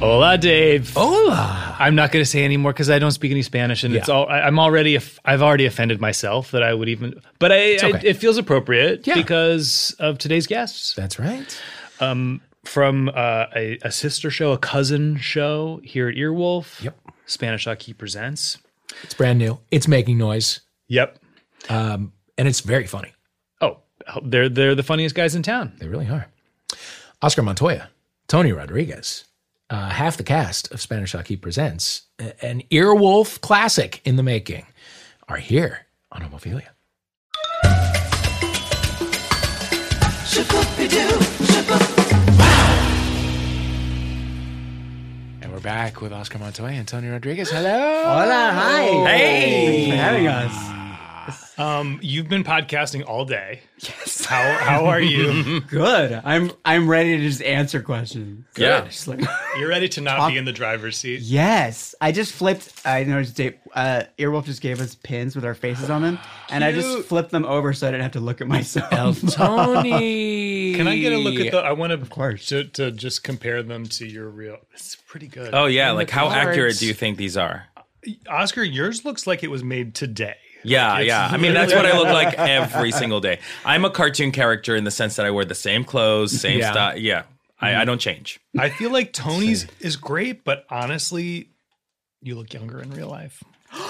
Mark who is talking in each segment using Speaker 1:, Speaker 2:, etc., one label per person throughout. Speaker 1: Hola, Dave.
Speaker 2: Hola.
Speaker 1: I'm not going to say anymore because I don't speak any Spanish, and it's all. I, I'm already. aff- I've already offended myself that I would even. But I. I
Speaker 2: okay.
Speaker 1: it feels appropriate
Speaker 2: Yeah.
Speaker 1: because of today's guests
Speaker 2: That's right.
Speaker 1: from uh, a, a sister show, a cousin show here at Earwolf.
Speaker 2: Yep.
Speaker 1: Spanish Hockey presents.
Speaker 2: It's brand new. It's making noise,
Speaker 1: Yep.
Speaker 2: and it's very funny.
Speaker 1: Oh, they're they're the funniest guys in town.
Speaker 2: They really are. Oscar Montoya, Tony Rodriguez, uh, half the cast of Spanish Hockey Presents, a- an Earwolf classic in the making, are here on Homophilia. And we're back with Oscar Montoya and Tony Rodriguez. Hello.
Speaker 3: Hola, hi. Hey. Thanks for having us.
Speaker 1: Um, you've been podcasting all day. Yes. How how are you?
Speaker 3: Good. I'm I'm ready to just answer questions.
Speaker 1: Yeah.
Speaker 3: Just like-
Speaker 1: You're ready to not be in the driver's seat.
Speaker 3: yes. I just flipped. I noticed Dave, uh, Earwolf just gave us pins with our faces on them, and I just flipped them over so I didn't have to look at myself.
Speaker 2: Tony.
Speaker 1: Can I get a look at the? I want to, of
Speaker 3: course.
Speaker 1: to, to just compare them to your real. It's pretty good.
Speaker 4: Oh yeah, like how
Speaker 2: cards.
Speaker 4: accurate do you think these are?
Speaker 1: Oscar, yours looks like it was made today.
Speaker 4: Yeah,
Speaker 1: It's
Speaker 4: yeah. I mean, that's what I look like every single day. I'm a cartoon character in the sense that I wear the same clothes, same
Speaker 2: Yeah.
Speaker 4: stuff. Yeah, I, I don't change.
Speaker 1: I feel like Tony's is great, but honestly, you look younger in real life.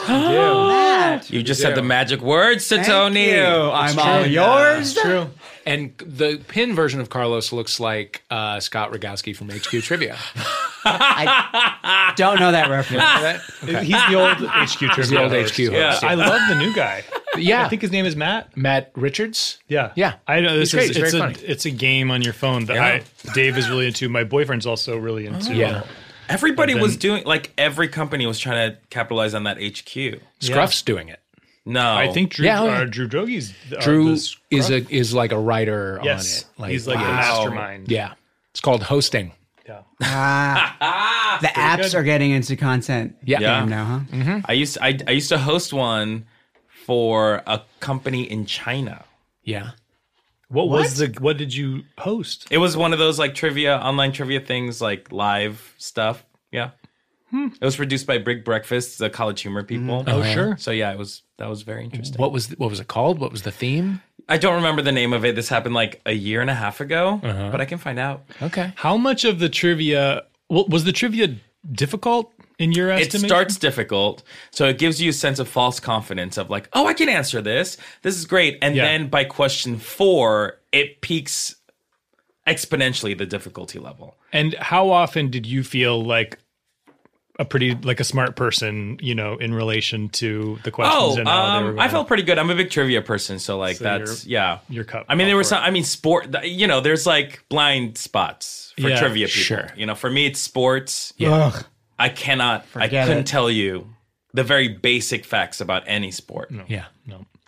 Speaker 3: Matt.
Speaker 4: You just said the magic words to
Speaker 3: Thank
Speaker 4: Tony.
Speaker 3: you. I'm all yours.
Speaker 1: True.
Speaker 2: And the pin version of Carlos looks like uh, Scott Rogowski from HQ Trivia.
Speaker 3: Don't know that reference.
Speaker 1: He's the old HQ trivia.
Speaker 2: the old
Speaker 1: host.
Speaker 2: HQ host,
Speaker 1: Yeah,
Speaker 2: yeah.
Speaker 1: I love the new guy.
Speaker 2: Yeah,
Speaker 1: I think his name is Matt.
Speaker 2: Matt Richards.
Speaker 1: Yeah,
Speaker 2: Yeah.
Speaker 1: I know this
Speaker 2: He's
Speaker 1: is
Speaker 2: great. He's
Speaker 1: it's a
Speaker 2: very funny.
Speaker 1: it's a game on your phone that I Dave is really into. My boyfriend's also really into.
Speaker 2: Oh. Yeah.
Speaker 4: Everybody was doing like every company was trying to capitalize on that HQ.
Speaker 2: Scruff's doing it.
Speaker 4: No,
Speaker 1: I think Drew
Speaker 2: Yeah, oh, yeah.
Speaker 1: uh, Drew Drogi's uh,
Speaker 2: Drew
Speaker 1: this-
Speaker 2: is a is like a writer
Speaker 1: yes,
Speaker 2: on it.
Speaker 1: he's like the
Speaker 4: wow.
Speaker 1: mastermind.
Speaker 2: yeah. It's called hosting.
Speaker 1: Yeah.
Speaker 3: Ah. the apps
Speaker 1: good.
Speaker 3: are getting into content.
Speaker 2: Yeah.
Speaker 3: Damn now, huh?
Speaker 4: I used I, I used to host one for a company in China.
Speaker 2: Yeah.
Speaker 1: What, was the what did you host?
Speaker 4: It was one of those like trivia, online trivia things, like live stuff. Yeah. It was produced by Big Breakfast, the college humor people.
Speaker 1: Oh sure.
Speaker 4: So yeah, it was that was very interesting.
Speaker 2: What was what was it called? What was the theme?
Speaker 4: I don't remember the name of it. This happened like a year and a half ago,
Speaker 1: Uh-huh.
Speaker 4: but I can find out.
Speaker 2: Okay.
Speaker 1: How much of the trivia wa- was the trivia difficult in your
Speaker 4: It
Speaker 1: estimation?
Speaker 4: starts difficult, so it gives you a sense of false confidence of like, oh, I can answer this. This is great. And
Speaker 1: Yeah.
Speaker 4: then by question four, it peaks exponentially the difficulty level.
Speaker 1: And how often did you feel like a pretty like a smart person, you know, in relation to the questions
Speaker 4: Oh,
Speaker 1: and how they were
Speaker 4: um, I
Speaker 1: going?
Speaker 4: felt pretty good. I'm a big trivia person, so like that's yeah.
Speaker 1: your cup
Speaker 4: I mean, there
Speaker 1: up
Speaker 4: were
Speaker 1: for
Speaker 4: some. I mean, sport. th- You know, there's like blind spots for
Speaker 1: Yeah,
Speaker 4: trivia people.
Speaker 2: sure.
Speaker 4: You know, for me, it's sports. Yeah.
Speaker 3: Ugh.
Speaker 4: I cannot. I
Speaker 3: Forget
Speaker 4: couldn't
Speaker 3: it.
Speaker 4: tell you the very basic facts about any sport.
Speaker 2: Yeah.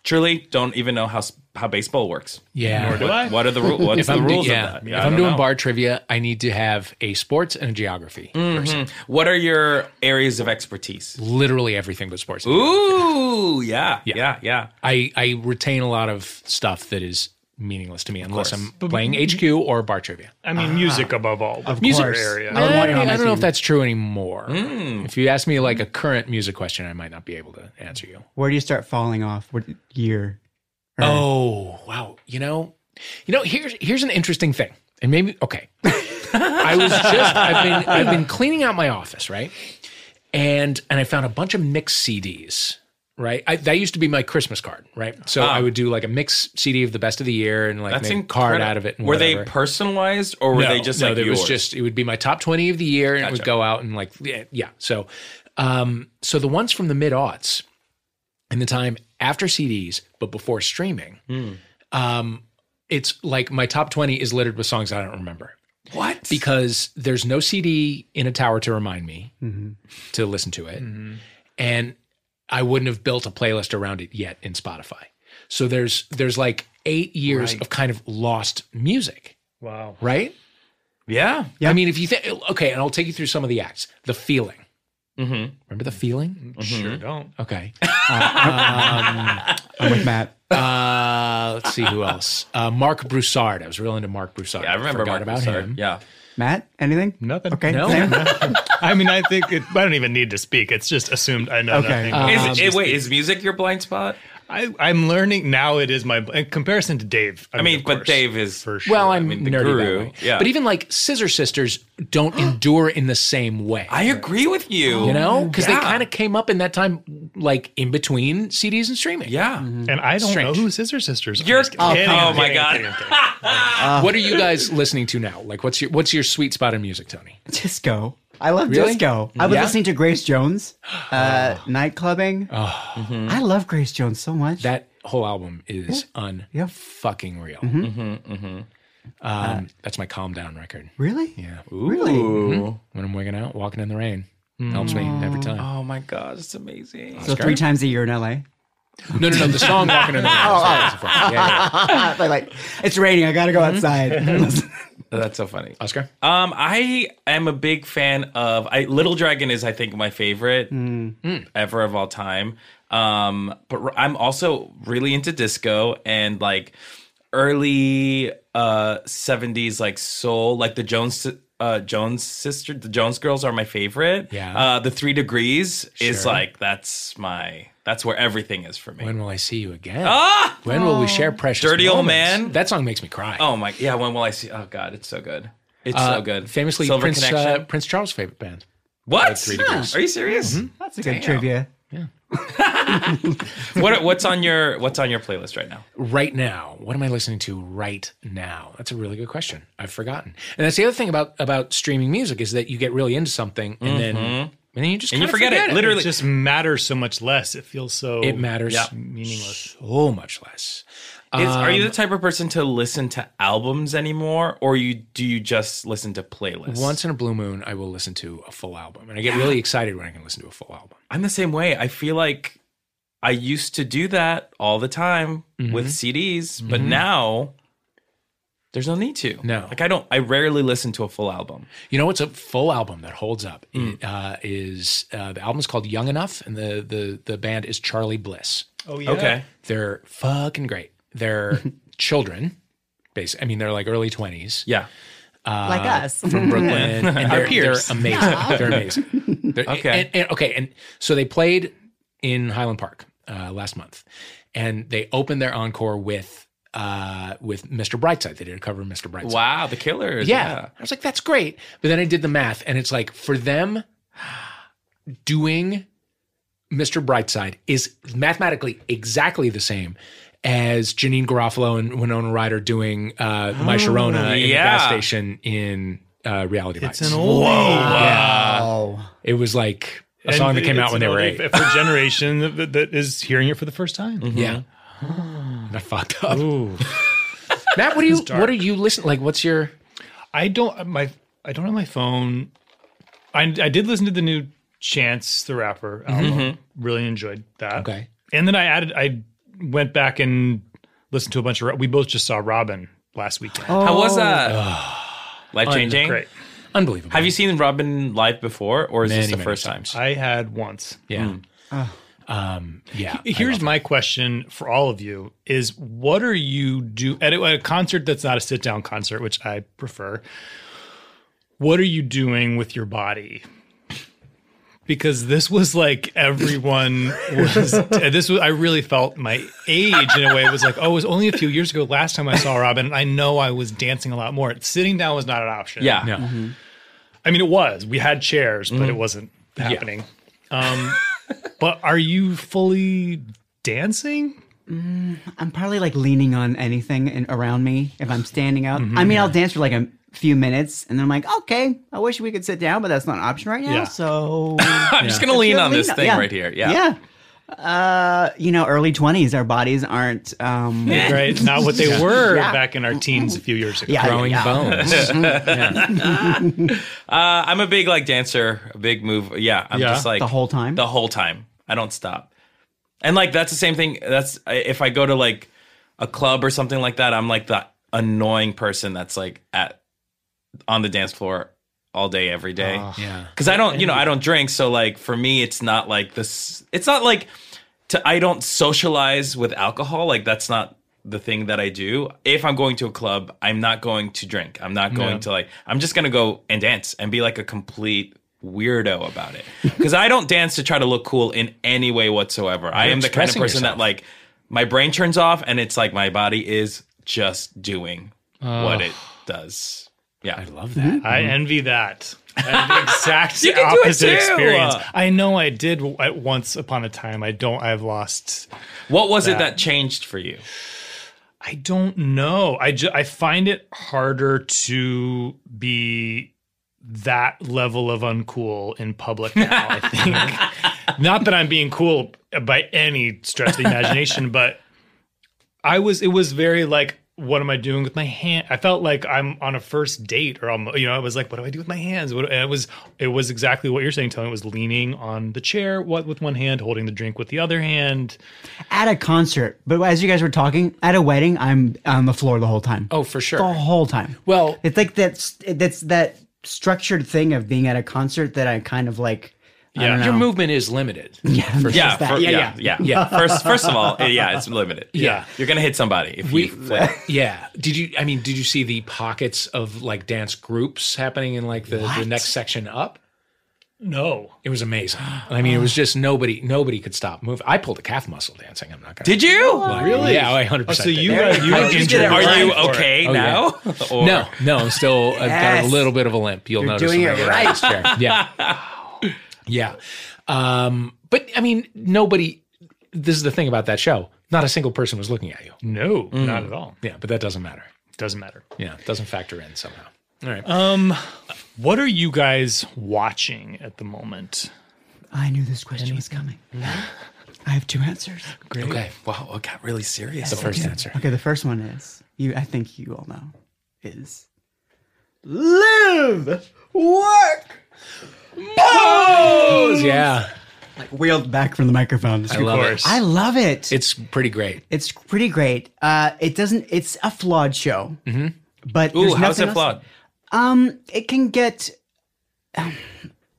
Speaker 4: Truly, don't even know how s- how baseball works.
Speaker 2: Yeah.
Speaker 1: Do I?
Speaker 4: What are the rules? What's
Speaker 2: if
Speaker 4: the
Speaker 2: I'm, do-
Speaker 4: rules
Speaker 2: yeah.
Speaker 4: of that?
Speaker 2: if
Speaker 4: I
Speaker 2: I'm
Speaker 4: don't
Speaker 2: doing
Speaker 4: know.
Speaker 2: bar trivia, I need to have a sports and a geography.
Speaker 4: Mm.
Speaker 2: person.
Speaker 4: what are your areas of expertise?
Speaker 2: Literally everything but sports.
Speaker 4: Ooh, yeah, yeah, yeah.
Speaker 2: I, I retain a lot of stuff that is meaningless to me unless I'm playing HQ or bar trivia.
Speaker 1: I mean, music above all. Of
Speaker 3: Music-
Speaker 1: course. area.
Speaker 3: I would want you on
Speaker 2: I
Speaker 3: my
Speaker 2: don't know if
Speaker 3: team.
Speaker 2: that's true anymore. If you ask me like a current music question, I might not be able to answer you.
Speaker 3: Where do you start falling off? What year?
Speaker 2: Oh wow! You know, you know. Here's here's an interesting thing, and maybe okay. I was just I've been I've been cleaning out my office, right? And and I found a bunch of mixed CDs, right? I, that used to be my Christmas card, right? So I would do like a mix CD of the best of the year and like
Speaker 4: Ah. That's
Speaker 2: make a
Speaker 4: incredible.
Speaker 2: card out of it. And
Speaker 4: were
Speaker 2: whatever.
Speaker 4: they personalized or were
Speaker 2: No,
Speaker 4: they just
Speaker 2: no,
Speaker 4: like
Speaker 2: there
Speaker 4: yours?
Speaker 2: was just it would be my top twenty of the year, and it would
Speaker 4: Gotcha.
Speaker 2: go out and like yeah, yeah. So, um, so the ones from the mid aughts, in the time after CDs but before streaming,
Speaker 4: Hmm.
Speaker 2: um, it's like my top twenty is littered with songs I don't remember
Speaker 4: what?
Speaker 2: because there's no CD in a tower to remind me to listen to it.
Speaker 4: Mm-hmm.
Speaker 2: And I wouldn't have built a playlist around it yet in Spotify. So there's there's like eight years of kind of lost music,
Speaker 1: Wow.
Speaker 2: right?
Speaker 4: yeah.
Speaker 2: I mean, if you think, okay, and I'll take you through some of the acts. The feeling.
Speaker 4: Mm-hmm.
Speaker 2: Remember the feeling?
Speaker 1: Sure don't.
Speaker 2: Okay.
Speaker 3: I'm with Matt.
Speaker 2: Uh, let's see who else. Uh, Mark Broussard. I was real into Mark Broussard.
Speaker 4: I remember
Speaker 2: Forgot
Speaker 4: Mark
Speaker 2: about
Speaker 4: Broussard.
Speaker 2: him.
Speaker 4: Yeah.
Speaker 3: Matt, anything?
Speaker 1: Nothing.
Speaker 3: Okay.
Speaker 2: No?
Speaker 3: Sam?
Speaker 1: I mean, I think it, I don't even need to speak. It's just assumed I know
Speaker 3: Okay.
Speaker 1: nothing.
Speaker 2: Um,
Speaker 3: Uh,
Speaker 4: Is- eh, wait, is music your blind spot?
Speaker 1: I, I'm learning now. It is my in comparison to Dave.
Speaker 4: I mean,
Speaker 1: of
Speaker 4: but
Speaker 1: course,
Speaker 4: Dave is
Speaker 1: for sure.
Speaker 2: Well, I'm
Speaker 4: mean, the
Speaker 2: nerdy
Speaker 4: guru.
Speaker 2: that way.
Speaker 4: Yeah.
Speaker 2: But even like Scissor Sisters don't endure in the same way.
Speaker 4: I agree with you.
Speaker 2: you know, because
Speaker 4: Yeah.
Speaker 2: they kind of came up in that time, like in between CDs and streaming.
Speaker 4: Yeah.
Speaker 1: and I don't know
Speaker 2: strange.
Speaker 1: who Scissor Sisters are.
Speaker 4: You're-
Speaker 1: Just kidding,
Speaker 4: oh,
Speaker 1: I'm
Speaker 4: my
Speaker 1: kidding,
Speaker 4: God.
Speaker 1: I'm kidding, I'm kidding.
Speaker 2: what are you guys listening to now? Like, what's your what's your sweet spot in music, Tony?
Speaker 3: disco. I love
Speaker 2: Really?
Speaker 3: disco. I was
Speaker 2: Yeah?
Speaker 3: listening to Grace Jones, uh, night clubbing. I love Grace Jones so much.
Speaker 2: That whole album is un
Speaker 3: Yeah. Mm-hmm.
Speaker 2: fucking real. Mm-hmm. Um, that's my calm down record.
Speaker 3: really?
Speaker 2: Yeah,
Speaker 3: Really?
Speaker 4: Ooh.
Speaker 2: when I'm wigging out, walking in the rain, helps me every time.
Speaker 4: Oh my God, it's amazing.
Speaker 3: So three times a year in LA.
Speaker 2: No, no, no, the song "Walking in the Rain." Sorry, it's a front. Yeah, yeah.
Speaker 3: Ah, but like, it's raining. I gotta go outside.
Speaker 4: That's so funny.
Speaker 2: Oscar,
Speaker 4: Um, I am a big fan of I, Little Dragon is I think my favorite
Speaker 2: Hmm.
Speaker 4: ever of all time. Um, but r- I'm also really into disco and like early uh 70s like soul, like the Jones uh Jones sister, the Jones girls are my favorite.
Speaker 2: Yeah.
Speaker 4: Uh, the Three Degrees is
Speaker 2: Sure.
Speaker 4: like that's my that's where everything is for me.
Speaker 2: when will I see you again? Ah! When will we share precious?
Speaker 4: Dirty Old
Speaker 2: moments?
Speaker 4: Man.
Speaker 2: That song makes me cry.
Speaker 4: oh my yeah, when will I see? Oh God, it's so good. It's
Speaker 2: Uh,
Speaker 4: so good.
Speaker 2: Famously,
Speaker 4: Silver
Speaker 2: Prince
Speaker 4: Connection.
Speaker 2: uh, Prince Charles' favorite band.
Speaker 4: what?
Speaker 2: Three Degrees. Mm-hmm.
Speaker 4: Are you serious?
Speaker 3: That's a good trivia.
Speaker 4: what what's on your what's on your playlist right now?
Speaker 2: Right now, what am I listening to right now? That's a really good question. I've forgotten, and that's the other thing about about streaming music is that you get really into something and then Mm-hmm. and then you just
Speaker 4: And you
Speaker 2: kinda
Speaker 4: forget it,
Speaker 1: It
Speaker 4: literally.
Speaker 1: just matters so much less. It feels so
Speaker 2: It matters
Speaker 4: Yeah.
Speaker 1: meaningless.
Speaker 2: Oh, so much less.
Speaker 4: Is, are
Speaker 2: um,
Speaker 4: you the type of person to listen to albums anymore, or you do you just listen to playlists?
Speaker 2: Once in a blue moon, I will listen to a full album, and I get really excited when I can listen to a full album.
Speaker 4: I'm the same way. I feel like I used to do that all the time
Speaker 2: Mm-hmm.
Speaker 4: with CDs, but now there's no need to.
Speaker 2: No.
Speaker 4: like I don't. I rarely listen to a full album.
Speaker 2: You know what's a full album that holds up? It, uh, is uh, the album's called Young Enough, and the the the band is Charlie Bliss.
Speaker 1: Oh yeah.
Speaker 4: Okay,
Speaker 2: They're fucking great. They're children, basically. I mean, they're like early twenties
Speaker 4: yeah,
Speaker 3: like us.
Speaker 2: from Brooklyn, and they're,
Speaker 4: peers.
Speaker 2: they're amazing. They're amazing. They're-
Speaker 4: Okay.
Speaker 2: and, and- okay, and so they played in Highland Park uh, last month, and they opened their encore with uh, with Mr. Brightside. They did a cover of Mr. Brightside.
Speaker 4: wow, the Killers.
Speaker 2: Yeah. I was like, that's great. But then I did the math, and it's like for them doing Mr. Brightside is mathematically exactly the same as Janine Garofalo and Winona Ryder doing uh, My Sharona in the gas
Speaker 4: yeah.
Speaker 2: station in uh, Reality Bites.
Speaker 1: It's an old. Whoa.
Speaker 3: wow.
Speaker 2: it was like a song that came out when they were eight. Mm-hmm.
Speaker 1: For a generation that- that, that is hearing it for the first time.
Speaker 2: Yeah. And I fucked up.
Speaker 1: Ooh.
Speaker 2: Matt, what do you what are you listening like what's your
Speaker 1: I don't my I don't have my phone. I I did listen to the new Chance the Rapper album. Really enjoyed that.
Speaker 2: Mm-hmm. Okay.
Speaker 1: And then I added I went back and listened to a bunch of Ro- we both just saw Robin last weekend.
Speaker 2: Oh,
Speaker 4: How was uh, that? Life changing.
Speaker 1: Great.
Speaker 2: unbelievable.
Speaker 4: Have you seen Robin live before, or is this
Speaker 2: Many,
Speaker 4: the
Speaker 2: many
Speaker 4: first time?
Speaker 2: times.
Speaker 1: I had once.
Speaker 2: yeah. Um yeah.
Speaker 1: Here's my question for all of you is what are you do at a, at a concert that's not a sit down concert, which I prefer. What are you doing with your body? Because this was like everyone was this was I really felt my age in a way. It was like, oh, it was only a few years ago last time I saw Robin, and I know I was dancing a lot more. Sitting down was not an option.
Speaker 4: Yeah.
Speaker 2: No.
Speaker 1: I mean, it was. We had chairs, but
Speaker 3: Mm-hmm.
Speaker 1: it wasn't happening. Um, but are you fully dancing?
Speaker 3: Oh, I'm probably like leaning on anything in, around me if I'm standing up. I mean, I'll dance for like a few minutes and then I'm like, okay, I wish we could sit down, but that's not an option right now.
Speaker 1: Yeah.
Speaker 3: So
Speaker 4: I'm just gonna lean on this thing
Speaker 3: Yeah.
Speaker 4: right here.
Speaker 3: Yeah. Uh, you know, early 20s, our bodies aren't. Um, yeah.
Speaker 1: Right? Not what they were
Speaker 3: Yeah.
Speaker 1: back in our teens a few years ago.
Speaker 3: Yeah.
Speaker 2: Growing bones.
Speaker 4: Uh, I'm a big like dancer, a big move. Yeah, I'm
Speaker 1: Yeah.
Speaker 4: just like
Speaker 3: The whole time?
Speaker 4: The whole time, I don't stop. And like that's the same thing. That's I- if I go to like a club or something like that, I'm like the annoying person that's like at on the dance floor all day every day.
Speaker 3: Ah.
Speaker 2: Yeah.
Speaker 4: Because I don't, you know, I don't drink, so like for me, it's not like this. It's not like to I don't socialize with alcohol. Like that's not the thing that I do. If I'm going to a club, I'm not going to drink. I'm not going to like. I'm just gonna go and dance and be like a complete weirdo about it because I don't dance to try to look cool in any way whatsoever. I am the kind of
Speaker 2: expressing
Speaker 4: person
Speaker 2: yourself.
Speaker 4: that like my brain turns off and it's like my body is just doing
Speaker 2: Uh,
Speaker 4: what it does. Yeah, I love
Speaker 1: I envy that. I had the exact
Speaker 4: can do it
Speaker 1: opposite
Speaker 4: too.
Speaker 1: experience. I know I did w- at once upon a time. I don't. I've lost.
Speaker 4: What was it that changed for you?
Speaker 1: I don't know. I ju- I find it harder to be that level of uncool in public now. I think not that I'm being cool by any stretch of the imagination, but I was. It was very like. What am I doing with my hand? I felt like I'm on a first date, or I'm, you know, I was like, "What do I do with my hands?" What, and it was, it was exactly what you're saying. Tony It was leaning on the chair, what with one hand, holding the drink with the other hand.
Speaker 3: At a concert, but as you guys were talking, at a wedding, I'm on the floor the whole time.
Speaker 2: Oh, for sure.
Speaker 3: the whole time.
Speaker 2: Well-
Speaker 3: it's like that's that's that structured thing of being at a concert that I kind of like. I don't know.
Speaker 2: Your movement is limited. Yeah. For
Speaker 4: Yeah,
Speaker 3: that.
Speaker 4: fir-
Speaker 3: Yeah,
Speaker 4: yeah, yeah, yeah, First, first of all, yeah, it's limited.
Speaker 2: Yeah.
Speaker 4: you're gonna hit somebody if
Speaker 2: We-
Speaker 4: you flip.
Speaker 2: Yeah. Did you? I mean, did you see the pockets of like dance groups happening in like the, the next section up?
Speaker 1: No,
Speaker 2: It was amazing. I mean, it was just nobody. Nobody could stop moving. I pulled a calf muscle dancing. I'm not gonna.
Speaker 4: Did you?
Speaker 2: really? Yeah, I hundred
Speaker 1: Oh,
Speaker 2: percent.
Speaker 1: so you guys, you
Speaker 3: you
Speaker 1: injured-
Speaker 3: did it
Speaker 4: Are you
Speaker 3: Right for
Speaker 4: okay
Speaker 2: Oh, yeah.
Speaker 4: now? Or-
Speaker 2: No, no, I'm still. I've got a
Speaker 3: Yes.
Speaker 2: little bit of a limp. You'll notice.
Speaker 3: doing
Speaker 2: when I
Speaker 3: it
Speaker 2: get out of this chair. Yeah, yeah. Um, but I mean, nobody. This is the thing about that show. Not a single person was looking at you.
Speaker 1: No,
Speaker 4: Mm.
Speaker 1: not at all.
Speaker 2: Yeah, but that doesn't matter.
Speaker 1: Doesn't matter.
Speaker 2: Yeah, it doesn't factor in somehow. All right.
Speaker 1: What are you guys watching at the moment?
Speaker 3: I knew this question was coming. I have two answers.
Speaker 2: okay.
Speaker 4: Wow, it got really serious.
Speaker 2: The first answer.
Speaker 3: Okay, the first one is you. I think you all know is live work
Speaker 2: Yeah,
Speaker 3: wheeled back from the microphone. I
Speaker 2: love it.
Speaker 3: I love it.
Speaker 2: it's pretty great.
Speaker 3: It's pretty great. Uh, it doesn't. It's a flawed show, mm-hmm. but
Speaker 4: Ooh,
Speaker 3: there's
Speaker 4: how's
Speaker 3: nothing
Speaker 4: it
Speaker 3: else-
Speaker 4: flawed?
Speaker 3: Um, it can get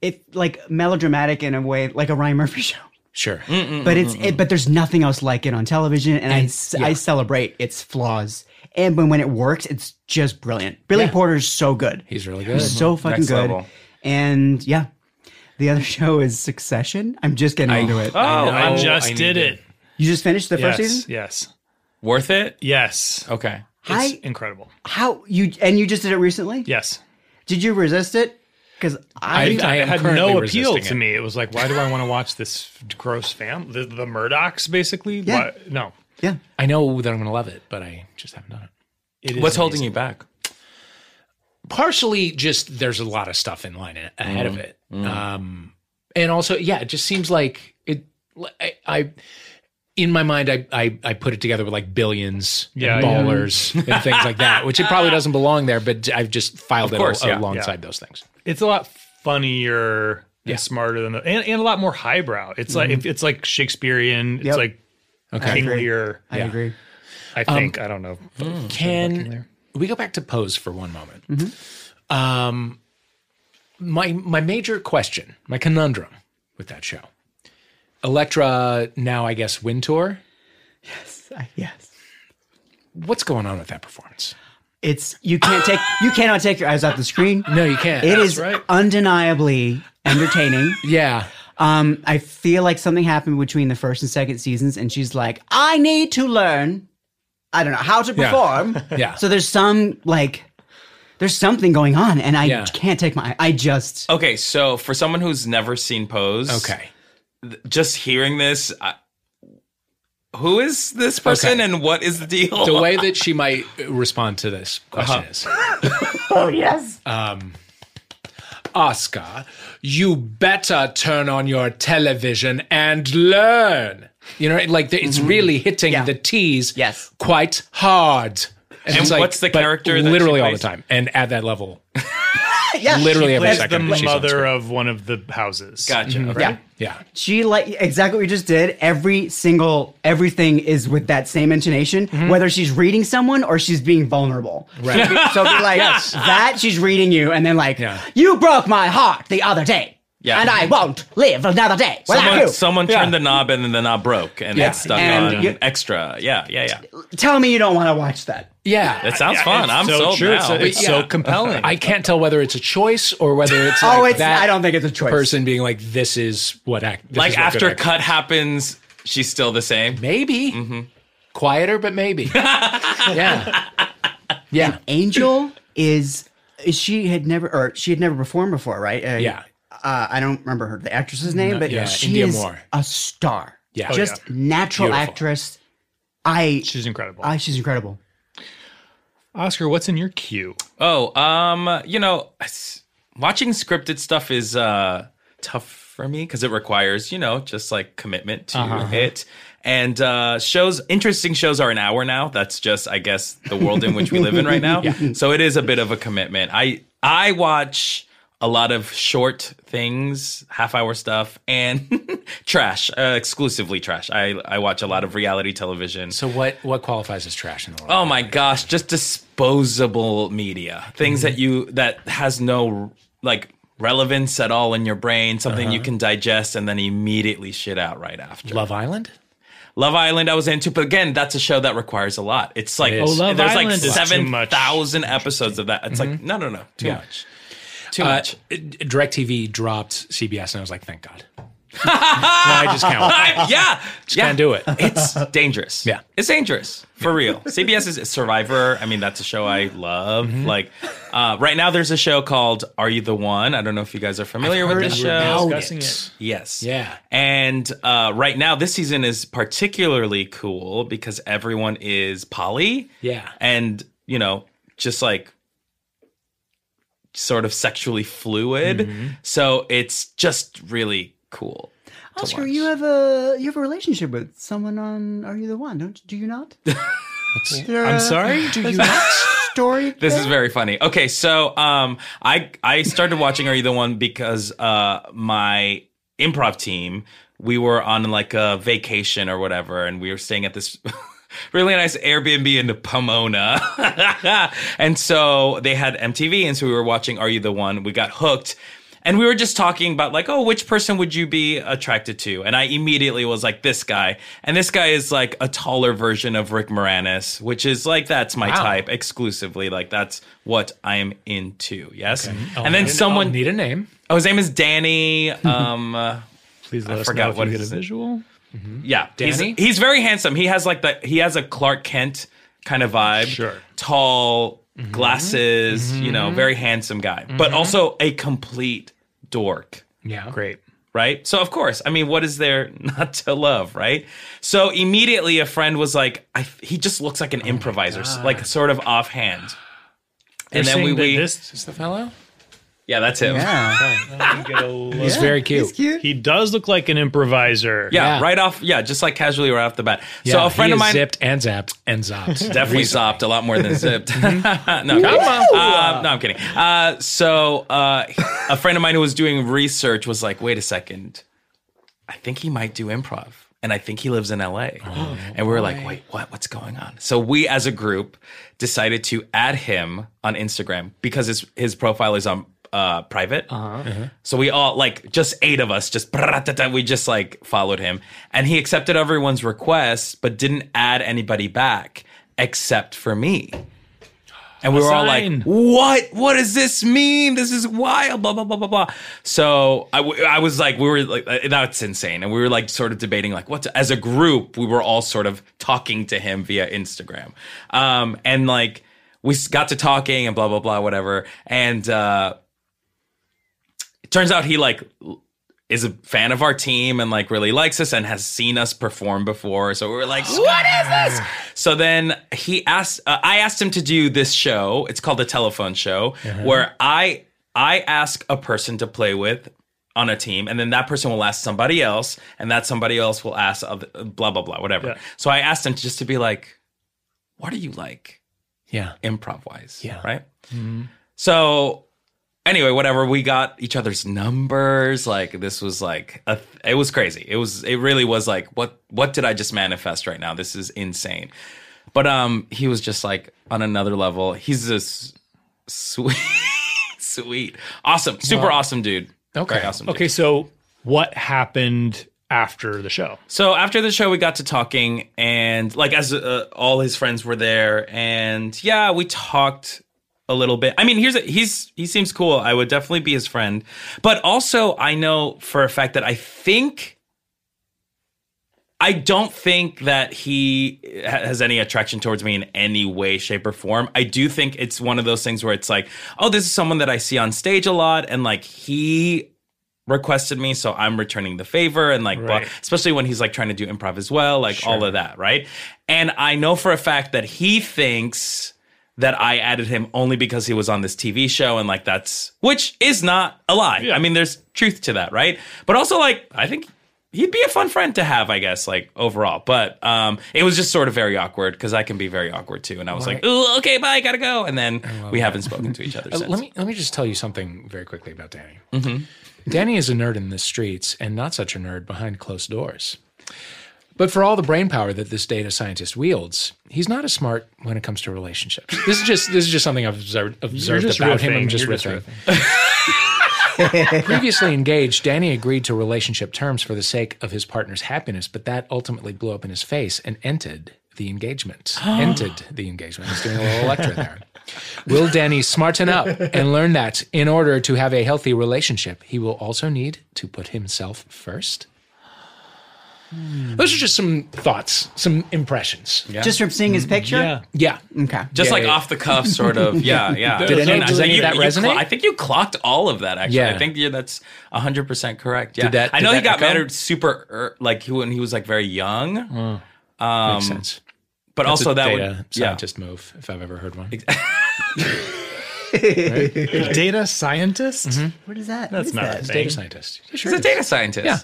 Speaker 3: it like melodramatic in a way, like a Ryan Murphy show.
Speaker 2: Sure.
Speaker 3: But it's it, but there's nothing else like it on television, and, I s- I celebrate its flaws. And when when it works, it's just brilliant. Billy Porter's so good.
Speaker 2: He's really good.
Speaker 3: so fucking
Speaker 4: Next
Speaker 3: good.
Speaker 4: level.
Speaker 3: And yeah, the other show is Succession. I'm just getting into it.
Speaker 4: Oh,
Speaker 1: I
Speaker 4: I'm
Speaker 1: just
Speaker 2: I need
Speaker 1: did
Speaker 2: to-
Speaker 1: it.
Speaker 3: you just finished the
Speaker 1: Yes,
Speaker 3: first season.
Speaker 1: yes,
Speaker 4: worth it.
Speaker 1: yes.
Speaker 4: Okay.
Speaker 1: It's
Speaker 3: I
Speaker 1: incredible.
Speaker 3: how you and you just did it recently.
Speaker 1: Yes,
Speaker 3: Did you resist it? Because
Speaker 2: I-
Speaker 3: I,
Speaker 2: I-
Speaker 1: it
Speaker 2: am
Speaker 1: had
Speaker 2: currently
Speaker 1: no appeal
Speaker 2: resisting
Speaker 1: to
Speaker 2: it.
Speaker 1: me. It was like, why do I want to watch this gross fam? The, the Murdochs, basically.
Speaker 3: Yeah.
Speaker 1: Why- No,
Speaker 3: yeah.
Speaker 2: I know that I'm going to love it, but I just haven't done it.
Speaker 1: it is
Speaker 4: What's holding you back?
Speaker 2: partially just there's a lot of stuff in line a- ahead of it um and also yeah it just seems like it i, I in my mind I, I i put it together with like billions
Speaker 1: Yeah,
Speaker 2: and
Speaker 1: yeah.
Speaker 2: ballers and things like that which it probably doesn't belong there but i've just filed it
Speaker 4: course,
Speaker 2: al-
Speaker 4: yeah,
Speaker 2: alongside those things
Speaker 1: It's a lot funnier and smarter than the, and, and a lot more highbrow. It's like it's like Shakespearean. It's
Speaker 3: Yep.
Speaker 1: like
Speaker 2: Okay.
Speaker 1: kinglier.
Speaker 3: I agree.
Speaker 1: I think I don't know.
Speaker 2: Can we go back to pose for one moment? Um, my my major question, my conundrum with that show, Electra now I guess Wind Tour.
Speaker 3: I- yes.
Speaker 2: What's going on with that performance?
Speaker 3: It's you can't take you cannot take your eyes off the screen.
Speaker 2: No, you can't.
Speaker 3: It is
Speaker 1: right.
Speaker 3: undeniably entertaining.
Speaker 2: Yeah.
Speaker 3: um, I feel like something happened between the first and second seasons, and she's like, I need to learn. I don't know how to perform.
Speaker 2: Yeah.
Speaker 3: So there's some like, there's something going on, and I
Speaker 2: Yeah.
Speaker 3: can't take my. I just
Speaker 4: Okay, so for someone who's never seen Pose,
Speaker 2: okay.
Speaker 4: just hearing this, I, who is this person
Speaker 2: Okay.
Speaker 4: and what is the deal?
Speaker 2: The way that she might uh, respond to this question is
Speaker 3: oh yes.
Speaker 2: Oscar, you better turn on your television and learn. You know, like the, it's really hitting
Speaker 3: Mm-hmm. Yeah.
Speaker 2: the T's
Speaker 3: Yes.
Speaker 2: quite hard.
Speaker 4: And
Speaker 2: it's
Speaker 4: what's the
Speaker 2: but
Speaker 4: character that
Speaker 2: Literally
Speaker 4: she
Speaker 2: all the
Speaker 4: plays?
Speaker 2: time. And at that level.
Speaker 3: yeah.
Speaker 2: Literally every
Speaker 1: Plays the
Speaker 2: second. that she's on
Speaker 1: mother
Speaker 2: screen.
Speaker 1: of one of the houses.
Speaker 4: Gotcha. Okay.
Speaker 3: Yeah.
Speaker 2: Yeah.
Speaker 3: she like exactly what you just did every single everything is with that same intonation whether she's reading someone or she's being vulnerable right so be like that she's reading you and then like you broke my heart the other day
Speaker 4: Yeah.
Speaker 5: and I won't live another day without
Speaker 4: Someone,
Speaker 5: you.
Speaker 4: someone
Speaker 1: Yeah.
Speaker 4: turned the knob and then the knob broke and
Speaker 2: Yeah.
Speaker 4: it's stuck
Speaker 3: And
Speaker 4: on
Speaker 3: you-
Speaker 4: extra. Yeah, yeah, yeah.
Speaker 3: Tell me you don't want to watch that.
Speaker 2: Yeah.
Speaker 4: That sounds fun.
Speaker 1: It's
Speaker 4: I'm
Speaker 1: so
Speaker 4: sold
Speaker 1: true. It's,
Speaker 4: now.
Speaker 1: it's
Speaker 2: Yeah.
Speaker 1: so compelling.
Speaker 2: I can't tell whether it's a choice or whether it's like
Speaker 3: Oh, it's.
Speaker 2: that
Speaker 3: I don't think it's a choice.
Speaker 2: person being like, "This is what act." this is
Speaker 4: like
Speaker 2: what good
Speaker 4: after
Speaker 2: act-
Speaker 4: cut happens, she's still the same.
Speaker 2: maybe
Speaker 4: Mm-hmm.
Speaker 2: quieter, but maybe. yeah, yeah,
Speaker 3: Angel is she had never or she had never performed before, right? Uh,
Speaker 2: Yeah.
Speaker 3: Uh, I don't remember her the actress's name, but
Speaker 2: yeah,
Speaker 3: she
Speaker 2: India
Speaker 3: is
Speaker 2: Moore.
Speaker 3: a star.
Speaker 2: Yeah. Oh,
Speaker 3: just
Speaker 1: yeah.
Speaker 3: natural
Speaker 2: Beautiful.
Speaker 3: actress. I,
Speaker 1: She's incredible.
Speaker 3: I, she's incredible.
Speaker 1: Oscar, what's in your queue?
Speaker 4: Oh, um, you know, s- watching scripted stuff is uh tough for me because it requires, you know, just like commitment to
Speaker 2: Uh-huh.
Speaker 4: it. And uh shows interesting shows are an hour now. That's just I guess the world in which we live in right now. So it is a bit of a commitment. I I watch a lot of short things, half hour stuff, and trash, uh, exclusively trash. I, I watch a lot of reality television.
Speaker 2: So what? What qualifies as trash in the world?
Speaker 4: Oh my gosh, just disposable media. Things
Speaker 1: Mm-hmm.
Speaker 4: that you that has no like relevance at all in your brain, something
Speaker 1: Uh-huh.
Speaker 4: you can digest and then immediately shit out right after.
Speaker 2: Love Island.
Speaker 4: Love Island I was into, but again, that's a show that requires a lot. It's like
Speaker 2: It is. Oh,
Speaker 1: Love
Speaker 4: there's
Speaker 1: Island
Speaker 4: like
Speaker 1: is too much. Mm-hmm.
Speaker 4: 7,000 episodes of that. It's like no, no, no, too
Speaker 2: Yeah.
Speaker 4: much. Too
Speaker 2: Uh,
Speaker 4: much.
Speaker 2: Directv dropped CBS, and I was like, "Thank God." No, I just can't. I
Speaker 4: I- yeah. yeah.
Speaker 2: can't do it.
Speaker 4: It's dangerous.
Speaker 2: Yeah.
Speaker 4: It's dangerous. For real. CBS is Survivor. I mean, that's a show I
Speaker 2: Mm-hmm.
Speaker 4: love. Like, uh, right now there's a show called Are You the One? I don't know if you guys are familiar with this show.
Speaker 1: Discussing it.
Speaker 4: Yes.
Speaker 2: Yeah.
Speaker 4: And uh, right now, this season is particularly cool because everyone is poly.
Speaker 2: Yeah.
Speaker 4: And, you know, just like sort of sexually fluid.
Speaker 2: Mm-hmm.
Speaker 4: So it's just really cool. to
Speaker 3: Oscar,
Speaker 4: watch.
Speaker 3: you have a you have a relationship with someone on Are You the One? Don't do you not?
Speaker 1: I'm sorry?
Speaker 3: Do you not? Story.
Speaker 4: This is
Speaker 3: there?
Speaker 4: very funny. Okay, so um, I I started watching Are You the One because uh, my improv team we were on like a vacation or whatever, and we were staying at this really nice Airbnb in Pomona, and so they had MTV, and so we were watching Are You the One. We got hooked. And we were just talking about like, oh, which person would you be attracted to? And I immediately was like, this guy. And this guy is like a taller version of Rick Moranis, which is like that's my type exclusively. Like that's what I am into. Yes. And then
Speaker 2: Oh, I'll
Speaker 4: someone,
Speaker 2: need a name.
Speaker 4: oh, his name is Danny. Um, uh,
Speaker 1: Please let us
Speaker 4: forgot
Speaker 1: know if
Speaker 4: what
Speaker 1: you get a
Speaker 4: his-
Speaker 1: visual.
Speaker 4: yeah, he's,
Speaker 2: Danny?
Speaker 4: he's very handsome. He has like the he has a Clark Kent kind of vibe.
Speaker 1: Sure.
Speaker 4: tall
Speaker 2: Mm-hmm.
Speaker 4: glasses. You know, very handsome guy, but also a complete dork.
Speaker 2: Yeah.
Speaker 1: Great.
Speaker 4: right? So of course, I mean, what is there not to love, right? So immediately, a friend was like, I, "He just looks
Speaker 2: Oh
Speaker 4: like an improviser, s- like sort of offhand." and then we, we
Speaker 2: Is this the fellow?
Speaker 4: yeah, that's him. Yeah.
Speaker 3: Yeah.
Speaker 2: He's very cute.
Speaker 3: He's cute.
Speaker 1: He does look like an improviser.
Speaker 2: Yeah.
Speaker 4: right off, yeah, just like casually right off the bat.
Speaker 2: Yeah,
Speaker 4: so a friend
Speaker 2: he
Speaker 4: of
Speaker 2: is
Speaker 4: mine
Speaker 2: zipped and zapped and zopped.
Speaker 4: definitely zopped a lot more than zipped. no,
Speaker 2: Mm-hmm.
Speaker 4: I'm kidding. Uh, no, I'm kidding. Uh, so uh, a friend of mine who was doing research was like, "Wait a second, I think he might do improv." And I think he lives in LA. and we were like, wait, what? What's going on? So we as a group decided to add him on Instagram because his, his profile is on uh, private. So we all, like, just eight of us, just bra-ta-ta, we just like followed him. And he accepted everyone's requests, but didn't add anybody back except for me. And we were all like,
Speaker 1: sign.
Speaker 4: what? What does this mean? This is wild, blah, blah, blah, blah, blah. So I, w- I was like, we were like, uh, that's insane. And we were like, sort of debating, like, what? to- as a group, we were all sort of talking to him via Instagram. Um, and like, we s- got to talking and blah, blah, blah, whatever. And uh, it turns out he like l- is a fan of our team and like really likes us and has seen us perform before. So we were like, what is this? So then he asked, uh, I asked him to do this show. It's called the telephone show where I, I ask a person to play with on a team and then that person will ask somebody else and that somebody else will ask other, blah, blah, blah, whatever.
Speaker 1: Yeah.
Speaker 4: So I asked him just to be like, what are you like?
Speaker 2: yeah.
Speaker 4: improv wise.
Speaker 2: Yeah. Mm-hmm.
Speaker 4: Right. So anyway, whatever. We got each other's numbers. Like this was like a, th- it was crazy. It was it really was like what what did I just manifest right now? This is insane. But um, he was just like on another level. He's this sweet, sweet, awesome, super awesome dude.
Speaker 2: Okay.
Speaker 4: Awesome.
Speaker 1: Okay, so what happened after the show?
Speaker 4: So after the show, we got to talking, and like as uh, all his friends were there, and yeah, we talked a little bit. I mean, here's a, he's he seems cool. I would definitely be his friend, but also I know for a fact that I think I don't think that he uh, ha- has any attraction towards me in any way, shape, or form. I do think it's one of those things where it's like, oh, this is someone that I see on stage a lot, and like he requested me, so I'm returning the favor and like blah,
Speaker 1: Right.
Speaker 4: especially when he's like trying to do improv as well, like all of that, right? And I know for a fact that he thinks that I added him only because he was on this TV show and like that's which is not a lie. I mean, there's truth to that, right? But also like I think he'd be a fun friend to have, I guess, like overall. But um it was just sort of very awkward because I can be very awkward too. And I was like, ooh, okay, bye, gotta go. And then we haven't spoken to each other
Speaker 2: Oh, Uh,
Speaker 4: since.
Speaker 2: Let me let me just tell you something very quickly about Danny.
Speaker 4: Mm-hmm.
Speaker 2: Danny is a nerd in the streets and not such a nerd behind closed doors. But for all the brain power that this data scientist wields, he's not as smart when it comes to relationships. This is just this is just something I've observed, observed
Speaker 1: just
Speaker 2: about him. I'm
Speaker 1: riffing.
Speaker 2: just
Speaker 1: You're just
Speaker 2: riffing. Previously engaged, Danny agreed to relationship terms for the sake of his partner's happiness, but that ultimately blew up in his face and ended the engagement. ended the engagement. He's doing a little electro there. Will Danny smarten up and learn that in order to have a healthy relationship, he will also need to put himself first? Those are just some thoughts, some impressions. Yeah. Um,
Speaker 3: Just from seeing his picture? Okay.
Speaker 4: just
Speaker 2: Yeah,
Speaker 4: like
Speaker 2: yeah.
Speaker 4: off the cuff, sort of. Yeah, yeah.
Speaker 2: Did any- does any of that
Speaker 4: you clo-
Speaker 2: resonate?
Speaker 4: I think you clocked all of that. Actually, I
Speaker 2: Yeah.
Speaker 4: think yeah, that's hundred percent correct. Yeah,
Speaker 2: Did that-
Speaker 4: I
Speaker 2: did
Speaker 4: know he
Speaker 2: that
Speaker 4: got
Speaker 2: echo?
Speaker 4: married super, er, like he, when he was like very young.
Speaker 2: Makes sense.
Speaker 4: But also
Speaker 2: a
Speaker 4: that
Speaker 2: data
Speaker 4: would, yeah.
Speaker 2: scientist move, if I've ever heard one.
Speaker 1: Data scientist?
Speaker 3: What is that?
Speaker 1: That's not a thing.
Speaker 2: Data scientist. Yeah, sure
Speaker 4: He's a
Speaker 2: is.
Speaker 4: data scientist.
Speaker 2: Yeah.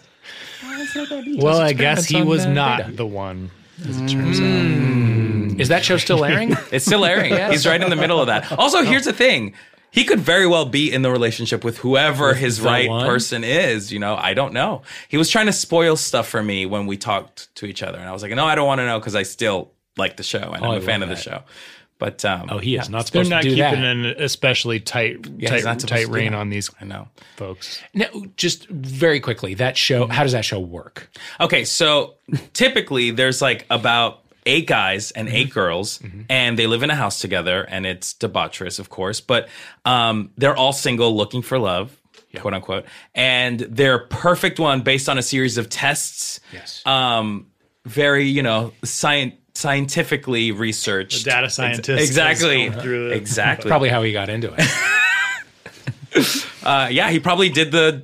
Speaker 1: Well, I
Speaker 2: experiments
Speaker 1: guess he
Speaker 2: on,
Speaker 1: was
Speaker 2: uh,
Speaker 1: not
Speaker 2: data.
Speaker 1: the one.
Speaker 2: Is that show still airing?
Speaker 4: It's still airing. He's right in the middle of that. Also, here's the thing. He could very well be in the relationship with whoever his
Speaker 2: the
Speaker 4: right
Speaker 2: one?
Speaker 4: person is, you know. I don't know. He was trying to spoil stuff for me when we talked to each other, and I was like, "No, I don't want to know because I still like the show and
Speaker 2: Oh, I
Speaker 4: I'm a fan of
Speaker 2: love
Speaker 4: the
Speaker 2: that.
Speaker 4: show." But um,
Speaker 2: Oh, he is not
Speaker 1: They're
Speaker 2: supposed
Speaker 1: not
Speaker 2: to do
Speaker 1: keeping
Speaker 2: that.
Speaker 1: an especially tight,
Speaker 4: he's not
Speaker 1: tight,
Speaker 4: supposed
Speaker 1: tight
Speaker 4: to do
Speaker 1: rein
Speaker 4: that.
Speaker 1: on these
Speaker 4: I know.
Speaker 1: folks.
Speaker 2: Now, just very quickly, that show. How does that show work?
Speaker 4: Okay, so typically there's like about eight guys and eight
Speaker 1: Mm-hmm.
Speaker 4: girls, and they live in a house together, and it's debaucherous, of course, but um, they're all single looking for love. "Quote unquote," and their perfect one based on a series of tests.
Speaker 2: Yes.
Speaker 4: um, very you know scien- scientifically researched.
Speaker 1: Data scientist.
Speaker 4: exactly,
Speaker 1: is going through the-
Speaker 4: exactly.
Speaker 2: Probably how he got into it.
Speaker 4: Uh, yeah, he probably did the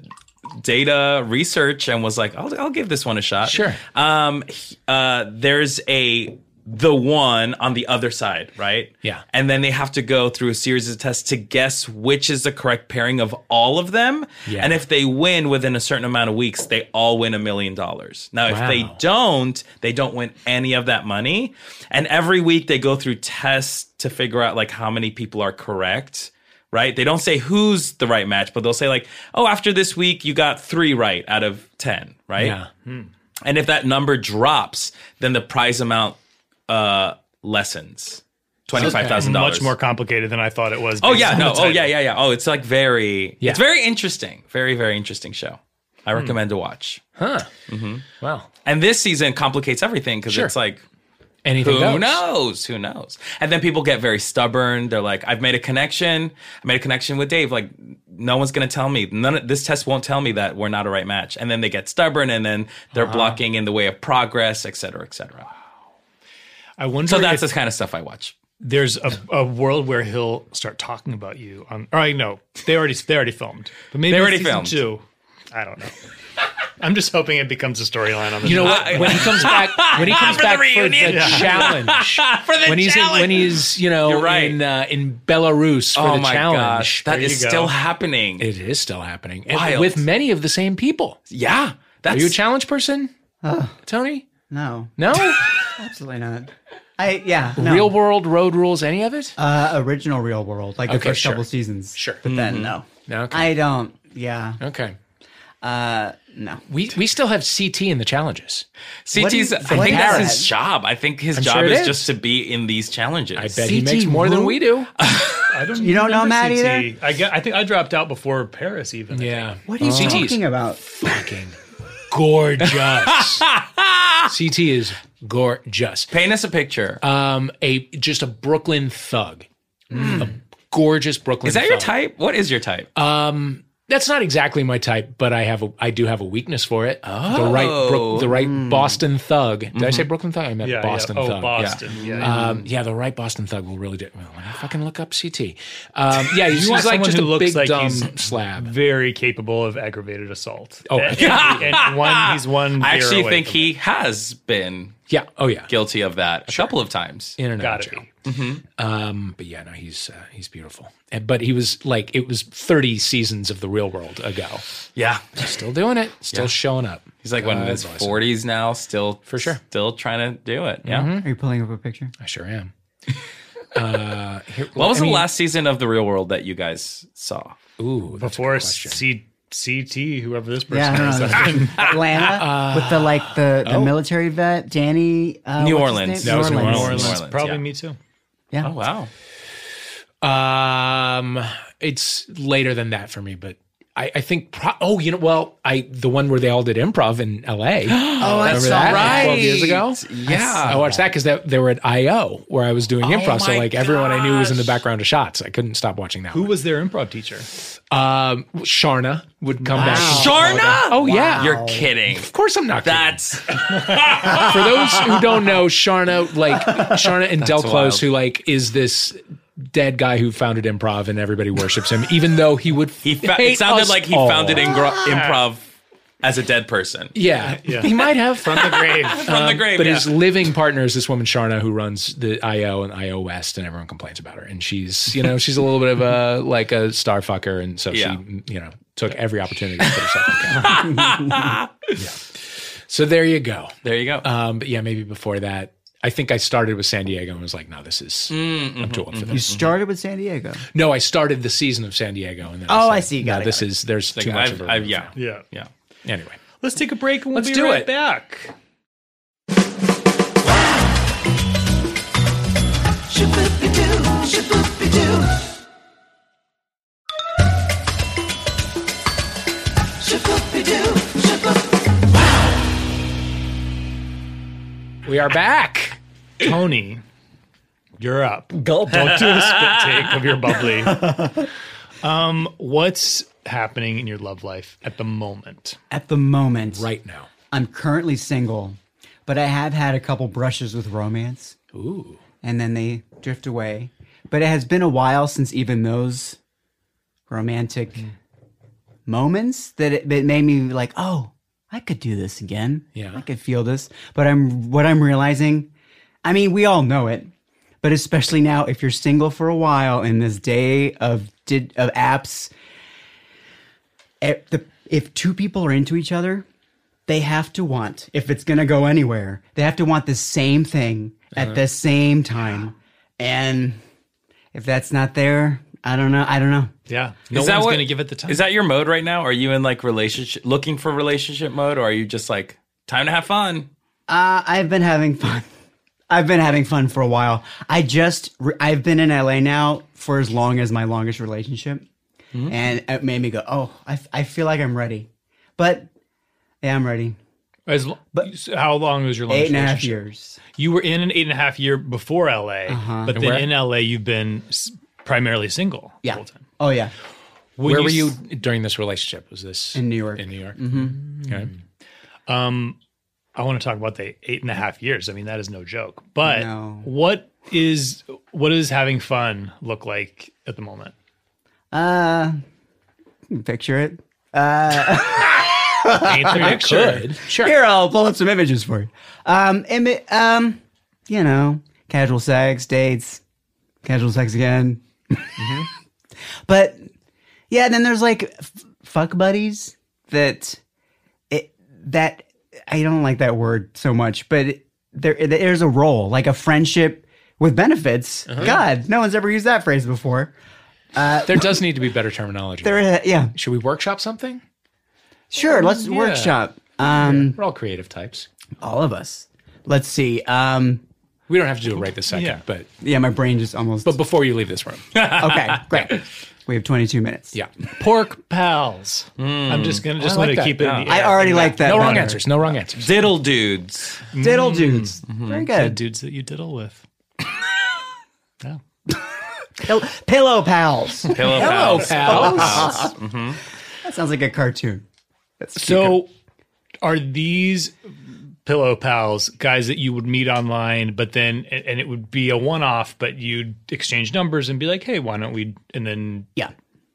Speaker 4: data research and was like, I'll, I'll give this one a shot.
Speaker 2: Sure.
Speaker 4: Um, he- uh, there's a the one on the other side, right?
Speaker 2: Yeah.
Speaker 4: And then they have to go through a series of tests to guess which is the correct pairing of all of them.
Speaker 2: Yeah.
Speaker 4: And if they win within a certain amount of weeks, they all win a million dollars. Now, if they
Speaker 2: Wow.
Speaker 4: don't, they don't win any of that money. And every week they go through tests to figure out like how many people are correct, right? They don't say who's the right match, but they'll say like, "Oh, after this week you got 3 right out of 10," right?
Speaker 2: Yeah.
Speaker 4: And if that number drops, then the prize amount uh lessens. $25,000.
Speaker 1: Much more complicated than I thought it was.
Speaker 4: Oh
Speaker 1: based
Speaker 4: yeah,
Speaker 1: on
Speaker 4: no.
Speaker 1: the
Speaker 4: Oh yeah,
Speaker 1: title.
Speaker 4: yeah, yeah. Oh, it's like very
Speaker 2: Yeah.
Speaker 4: it's very interesting. Very very interesting show. I recommend to watch.
Speaker 2: Huh. Wow.
Speaker 4: And this season complicates everything cuz
Speaker 2: Sure.
Speaker 4: it's like
Speaker 2: Anything
Speaker 4: who
Speaker 2: goes.
Speaker 4: knows? Who knows? And then people get very stubborn. They're like, I've made a connection. I made a connection with Dave. Like, no one's going to tell me. None of this test won't tell me that we're not a right match. And then they get stubborn and then they're blocking in the way of progress, et cetera, et cetera.
Speaker 1: I wonder
Speaker 4: So that's
Speaker 1: if
Speaker 4: the kind of stuff I watch.
Speaker 1: there's a, a world where he'll start talking about you. On, or I know they already they already filmed, but maybe
Speaker 4: They
Speaker 1: in
Speaker 4: already
Speaker 1: season
Speaker 4: filmed.
Speaker 1: two. I don't know. I'm just hoping it becomes a storyline on the.
Speaker 2: You know what? when he comes back, when he comes
Speaker 4: For the
Speaker 2: back for
Speaker 4: reunion.
Speaker 2: the challenge, for
Speaker 4: the
Speaker 2: when he's
Speaker 4: challenge.
Speaker 2: In, when he's you know
Speaker 4: You're right.
Speaker 2: in uh, in Belarus for
Speaker 4: oh
Speaker 2: the
Speaker 4: my
Speaker 2: challenge,
Speaker 4: gosh. That is
Speaker 1: you go.
Speaker 4: still happening.
Speaker 2: it is still happening And
Speaker 4: Wild.
Speaker 2: with many of the same people.
Speaker 4: yeah. That's,
Speaker 2: Are you a challenge person, Tony?
Speaker 3: No,
Speaker 2: No,
Speaker 3: absolutely not. I yeah. No.
Speaker 2: real world road rules. Any of it?
Speaker 3: uh, original Real World, like the
Speaker 2: Okay,
Speaker 3: first
Speaker 2: sure. Uh,
Speaker 3: couple seasons.
Speaker 2: Sure.
Speaker 3: But then no.
Speaker 2: No, okay.
Speaker 3: I don't. Yeah.
Speaker 2: okay.
Speaker 3: Uh, No.
Speaker 2: We we still have CT in the challenges.
Speaker 4: CT's.
Speaker 3: is-
Speaker 4: I
Speaker 3: what
Speaker 4: think
Speaker 3: is
Speaker 4: that's
Speaker 3: that?
Speaker 4: his job. I think his
Speaker 2: I'm
Speaker 4: job
Speaker 2: sure it
Speaker 4: is,
Speaker 2: is.
Speaker 4: just to be in these challenges.
Speaker 2: I bet he
Speaker 3: CT
Speaker 2: makes more than
Speaker 3: who?
Speaker 2: we do.
Speaker 1: I don't.
Speaker 3: You don't know
Speaker 1: remember
Speaker 3: Matt
Speaker 1: CT. I get. I think I dropped out before Paris even.
Speaker 2: yeah.
Speaker 3: What are you
Speaker 2: CT's
Speaker 3: talking about?
Speaker 2: Fucking gorgeous. CT is gorgeous.
Speaker 4: Paint us a picture.
Speaker 2: Um, a just a Brooklyn thug. A gorgeous Brooklyn
Speaker 4: is that your
Speaker 2: thug.
Speaker 4: type? What is your type?
Speaker 2: That's not exactly my type, but I have a I do have a weakness for it. Oh. The right Brook, the right Boston thug. Did I say Brooklyn thug? I meant
Speaker 1: Yeah,
Speaker 2: Boston
Speaker 1: yeah. Oh,
Speaker 2: thug.
Speaker 1: Boston. Yeah. yeah.
Speaker 2: Um, yeah, the right Boston thug will really do. Well, when I fucking look up CT, um, yeah, he's,
Speaker 1: want
Speaker 2: he's like
Speaker 1: someone
Speaker 2: just
Speaker 1: who
Speaker 2: a
Speaker 1: looks
Speaker 2: big
Speaker 1: like
Speaker 2: dumb
Speaker 1: he's-
Speaker 2: slab.
Speaker 1: Very capable of aggravated assault.
Speaker 2: Oh.
Speaker 1: and, and one. He's one.
Speaker 4: I
Speaker 1: beer
Speaker 4: actually
Speaker 1: away
Speaker 4: think
Speaker 1: from
Speaker 4: he has been
Speaker 2: Yeah, oh yeah,
Speaker 4: guilty of that a couple of times.
Speaker 2: internet
Speaker 1: Gotta
Speaker 2: joke. Um, but yeah, no, he's uh, he's beautiful. And- But he was like, it was thirty seasons of the Real World ago.
Speaker 4: Yeah.
Speaker 2: Still doing it. Still showing up.
Speaker 4: He's like one in
Speaker 2: God
Speaker 4: his
Speaker 2: bless him.
Speaker 4: 40s now, still for
Speaker 2: sure. Mm-hmm.
Speaker 4: still trying to do it. Yeah.
Speaker 3: Are you pulling up a picture?
Speaker 2: I sure am. Uh, here,
Speaker 4: What was
Speaker 2: I mean,
Speaker 4: the last season of The Real World that you guys saw?
Speaker 2: Ooh, that's a
Speaker 1: before
Speaker 2: good question.
Speaker 1: C- CT, whoever this person
Speaker 3: Yeah, I
Speaker 1: is.
Speaker 3: don't know. Atlanta with the like the, the military vet, Danny. Uh,
Speaker 4: New
Speaker 3: what's his
Speaker 4: Orleans.
Speaker 3: name?
Speaker 4: That was
Speaker 1: New Orleans.
Speaker 4: Orleans,
Speaker 1: Probably
Speaker 4: yeah.
Speaker 1: me too.
Speaker 3: Yeah.
Speaker 4: Oh, wow.
Speaker 2: Um, it's later than that for me, but I, I think. Pro- oh, you know, well, I the one where they all did improv in L.A. oh,
Speaker 3: that's
Speaker 2: that?
Speaker 4: right.
Speaker 2: Like Twelve years ago.
Speaker 4: Yeah. Oh
Speaker 2: I watched that because they were at I.O. where I was doing improv, so
Speaker 4: my
Speaker 2: like everyone I knew was in the background of shots. I couldn't stop watching that.
Speaker 1: Who
Speaker 2: one.
Speaker 1: was their improv teacher?
Speaker 2: Um, Sharna would come back. and-
Speaker 4: Sharna?
Speaker 2: Oh yeah,
Speaker 4: You're kidding.
Speaker 2: Of course, I'm not. kidding.
Speaker 4: That's
Speaker 2: for those who don't know, Sharna like Sharna and Del Close,
Speaker 4: wild.
Speaker 2: who like is this dead guy who founded improv and everybody worships him, even though he would.
Speaker 4: he fa- it
Speaker 2: hate
Speaker 4: sounded
Speaker 2: us
Speaker 4: like he
Speaker 2: all.
Speaker 4: found it in gro- improv as a dead person.
Speaker 2: Yeah. he might have from the grave.
Speaker 4: From the grave.
Speaker 2: But
Speaker 4: yeah.
Speaker 2: his living partner is this woman Sharna who runs the IO and IO West, and everyone complains about her. And she's, you know, she's a little bit of a like a star fucker, and so
Speaker 4: Yeah.
Speaker 2: she, you know, took every opportunity to put herself on camera. yeah. So there you go.
Speaker 4: there you go.
Speaker 2: Um, but yeah, maybe before that, I think I started with San Diego and was like, no, this is
Speaker 4: Mm, mm-hmm,
Speaker 2: I'm too old for
Speaker 3: You
Speaker 2: this.
Speaker 3: started with San Diego.
Speaker 2: No, I started the season of San Diego and then
Speaker 3: Oh,
Speaker 2: said,
Speaker 3: I see. Got
Speaker 2: no,
Speaker 3: it,
Speaker 2: this
Speaker 3: got
Speaker 2: is there's
Speaker 4: Like,
Speaker 2: too much
Speaker 4: I've-
Speaker 2: of a
Speaker 4: I've- yeah.
Speaker 1: Yeah.
Speaker 4: yeah.
Speaker 2: Anyway.
Speaker 1: Let's take a break and we'll
Speaker 2: Let's
Speaker 1: be
Speaker 2: do
Speaker 1: right
Speaker 2: it.
Speaker 1: back.
Speaker 2: We are back.
Speaker 1: Tony, you're up. Gulp. Don't do a spit take of your bubbly. Um, what's happening in your love life at the moment?
Speaker 3: At the moment,
Speaker 2: Right now.
Speaker 3: I'm currently single, but I have had a couple brushes with romance.
Speaker 2: Ooh.
Speaker 3: and then they drift away. But it has been a while since even those romantic moments that it, that made me like, oh, I could do this again.
Speaker 2: Yeah.
Speaker 3: I could feel this. But I'm what I'm realizing. I mean, we all know it, but especially now, if you're single for a while in this day of did of apps, if, the, if two people are into each other, they have to want, if it's going to go anywhere, they have to want the same thing
Speaker 1: Uh-huh.
Speaker 3: at the same time. And if that's not there, I don't know. I don't know.
Speaker 1: Yeah. No
Speaker 4: Is that
Speaker 1: one's
Speaker 4: what-
Speaker 1: going to give it the time.
Speaker 4: Is that your mode right now? Are you in like relationship looking for relationship mode or are you just like time to have fun?
Speaker 3: Uh, I've been having fun. I've been having fun for a while. I just, re- I've been in LA now for as long as my longest relationship.
Speaker 1: Hmm?
Speaker 3: And it made me go, oh, I, f- I feel like I'm ready. But yeah, I'm ready.
Speaker 1: As lo- so how long was your longest
Speaker 3: Eight and a half
Speaker 1: relationship?
Speaker 3: years.
Speaker 1: You were in an eight and a half year before LA, but then
Speaker 2: where?
Speaker 1: in LA you've been s- primarily single. the
Speaker 3: Yeah.
Speaker 1: whole time.
Speaker 3: Oh, yeah.
Speaker 1: When
Speaker 2: Where were
Speaker 1: s-
Speaker 2: you during this relationship? Was this
Speaker 3: In New Mm-hmm. York.
Speaker 2: In New York. Okay.
Speaker 1: I want to talk about the eight and a half years. I mean, that is no joke. But
Speaker 3: No.
Speaker 1: what is what does having fun look like at the moment?
Speaker 3: Uh, you can picture it.
Speaker 1: Paint the picture.
Speaker 2: Sure.
Speaker 3: Here, I'll pull up some images for you. Um, imi- um, you know, casual sex, dates, casual sex again. but yeah, then there's like f- fuck buddies that it that I don't like that word so much, but it, there there's a role like a friendship with benefits. God, no one's ever used that phrase before.
Speaker 2: There does need to be better terminology.
Speaker 3: There, yeah,
Speaker 2: Should we workshop something?
Speaker 3: Sure, let's workshop. Um,
Speaker 2: We're all creative types.
Speaker 3: all of us. Let's see. Um,
Speaker 2: We don't have to do it right this second,
Speaker 1: Yeah.
Speaker 2: but
Speaker 3: yeah, my brain just almost.
Speaker 2: but before you leave this room,
Speaker 3: okay, great. We have 22 minutes.
Speaker 2: yeah,
Speaker 1: Pork pals. I'm just gonna just
Speaker 2: I like
Speaker 1: want
Speaker 2: that.
Speaker 1: to keep it. In the
Speaker 3: I
Speaker 1: air.
Speaker 3: already like that.
Speaker 2: no wrong
Speaker 3: better.
Speaker 2: answers, no wrong answers.
Speaker 4: Diddle dudes.
Speaker 3: Diddle dudes. Very
Speaker 1: The
Speaker 3: good.
Speaker 1: dudes that you diddle with. yeah.
Speaker 3: Pill- Pillow pals.
Speaker 4: Pillow
Speaker 2: Hello,
Speaker 4: pals.
Speaker 2: pals.
Speaker 3: that sounds like a cartoon.
Speaker 1: So, are these pillow pals guys that you would meet online, but then and, and it would be a one-off, but you'd exchange numbers and be like, "Hey, why don't we?" And then
Speaker 3: Yeah.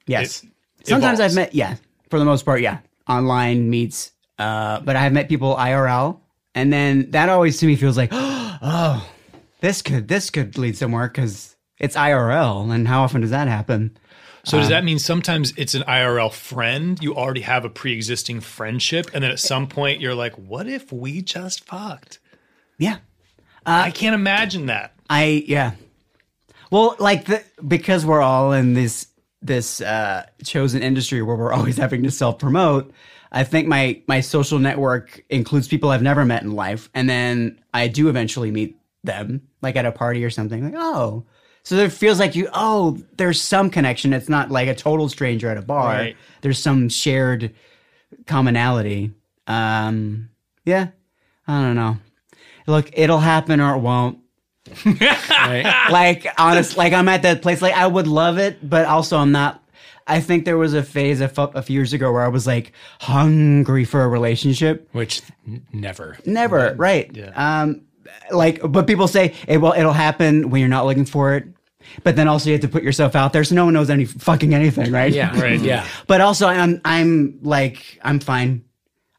Speaker 3: Yes.
Speaker 1: It
Speaker 3: Sometimes
Speaker 1: evolves.
Speaker 3: I've met, yeah, for the most part, yeah, online meets. Uh, but I've met people IRL, and then that always to me feels like, oh, this could this could lead somewhere because it's IRL, and how often does that happen?
Speaker 1: So does that mean sometimes it's an IRL friend? You already have a pre-existing friendship, and then at some point you're like, "What if we just fucked?"
Speaker 3: Yeah,
Speaker 1: I can't imagine that.
Speaker 3: I yeah. Well, like the because we're all in this this uh, chosen industry where we're always having to self promote. I think my my social network includes people I've never met in life, and then I do eventually meet them, like at a party or something. Like oh, so there feels like you oh there's some connection. It's not like a total stranger at a bar.
Speaker 1: Right.
Speaker 3: There's some shared commonality. Um, yeah, I don't know. Look, it'll happen or it won't
Speaker 2: Right?
Speaker 3: like honest like i'm at that place like i would love it but also i'm not i think there was a phase a, fu- a few years ago where i was like hungry for a relationship
Speaker 2: Which n- never.
Speaker 3: never right um like but people say it well it'll happen when you're not looking for it but then also you have to put yourself out there so no one knows any fucking anything right
Speaker 2: Yeah, right. Yeah,
Speaker 3: but also i'm i'm like i'm fine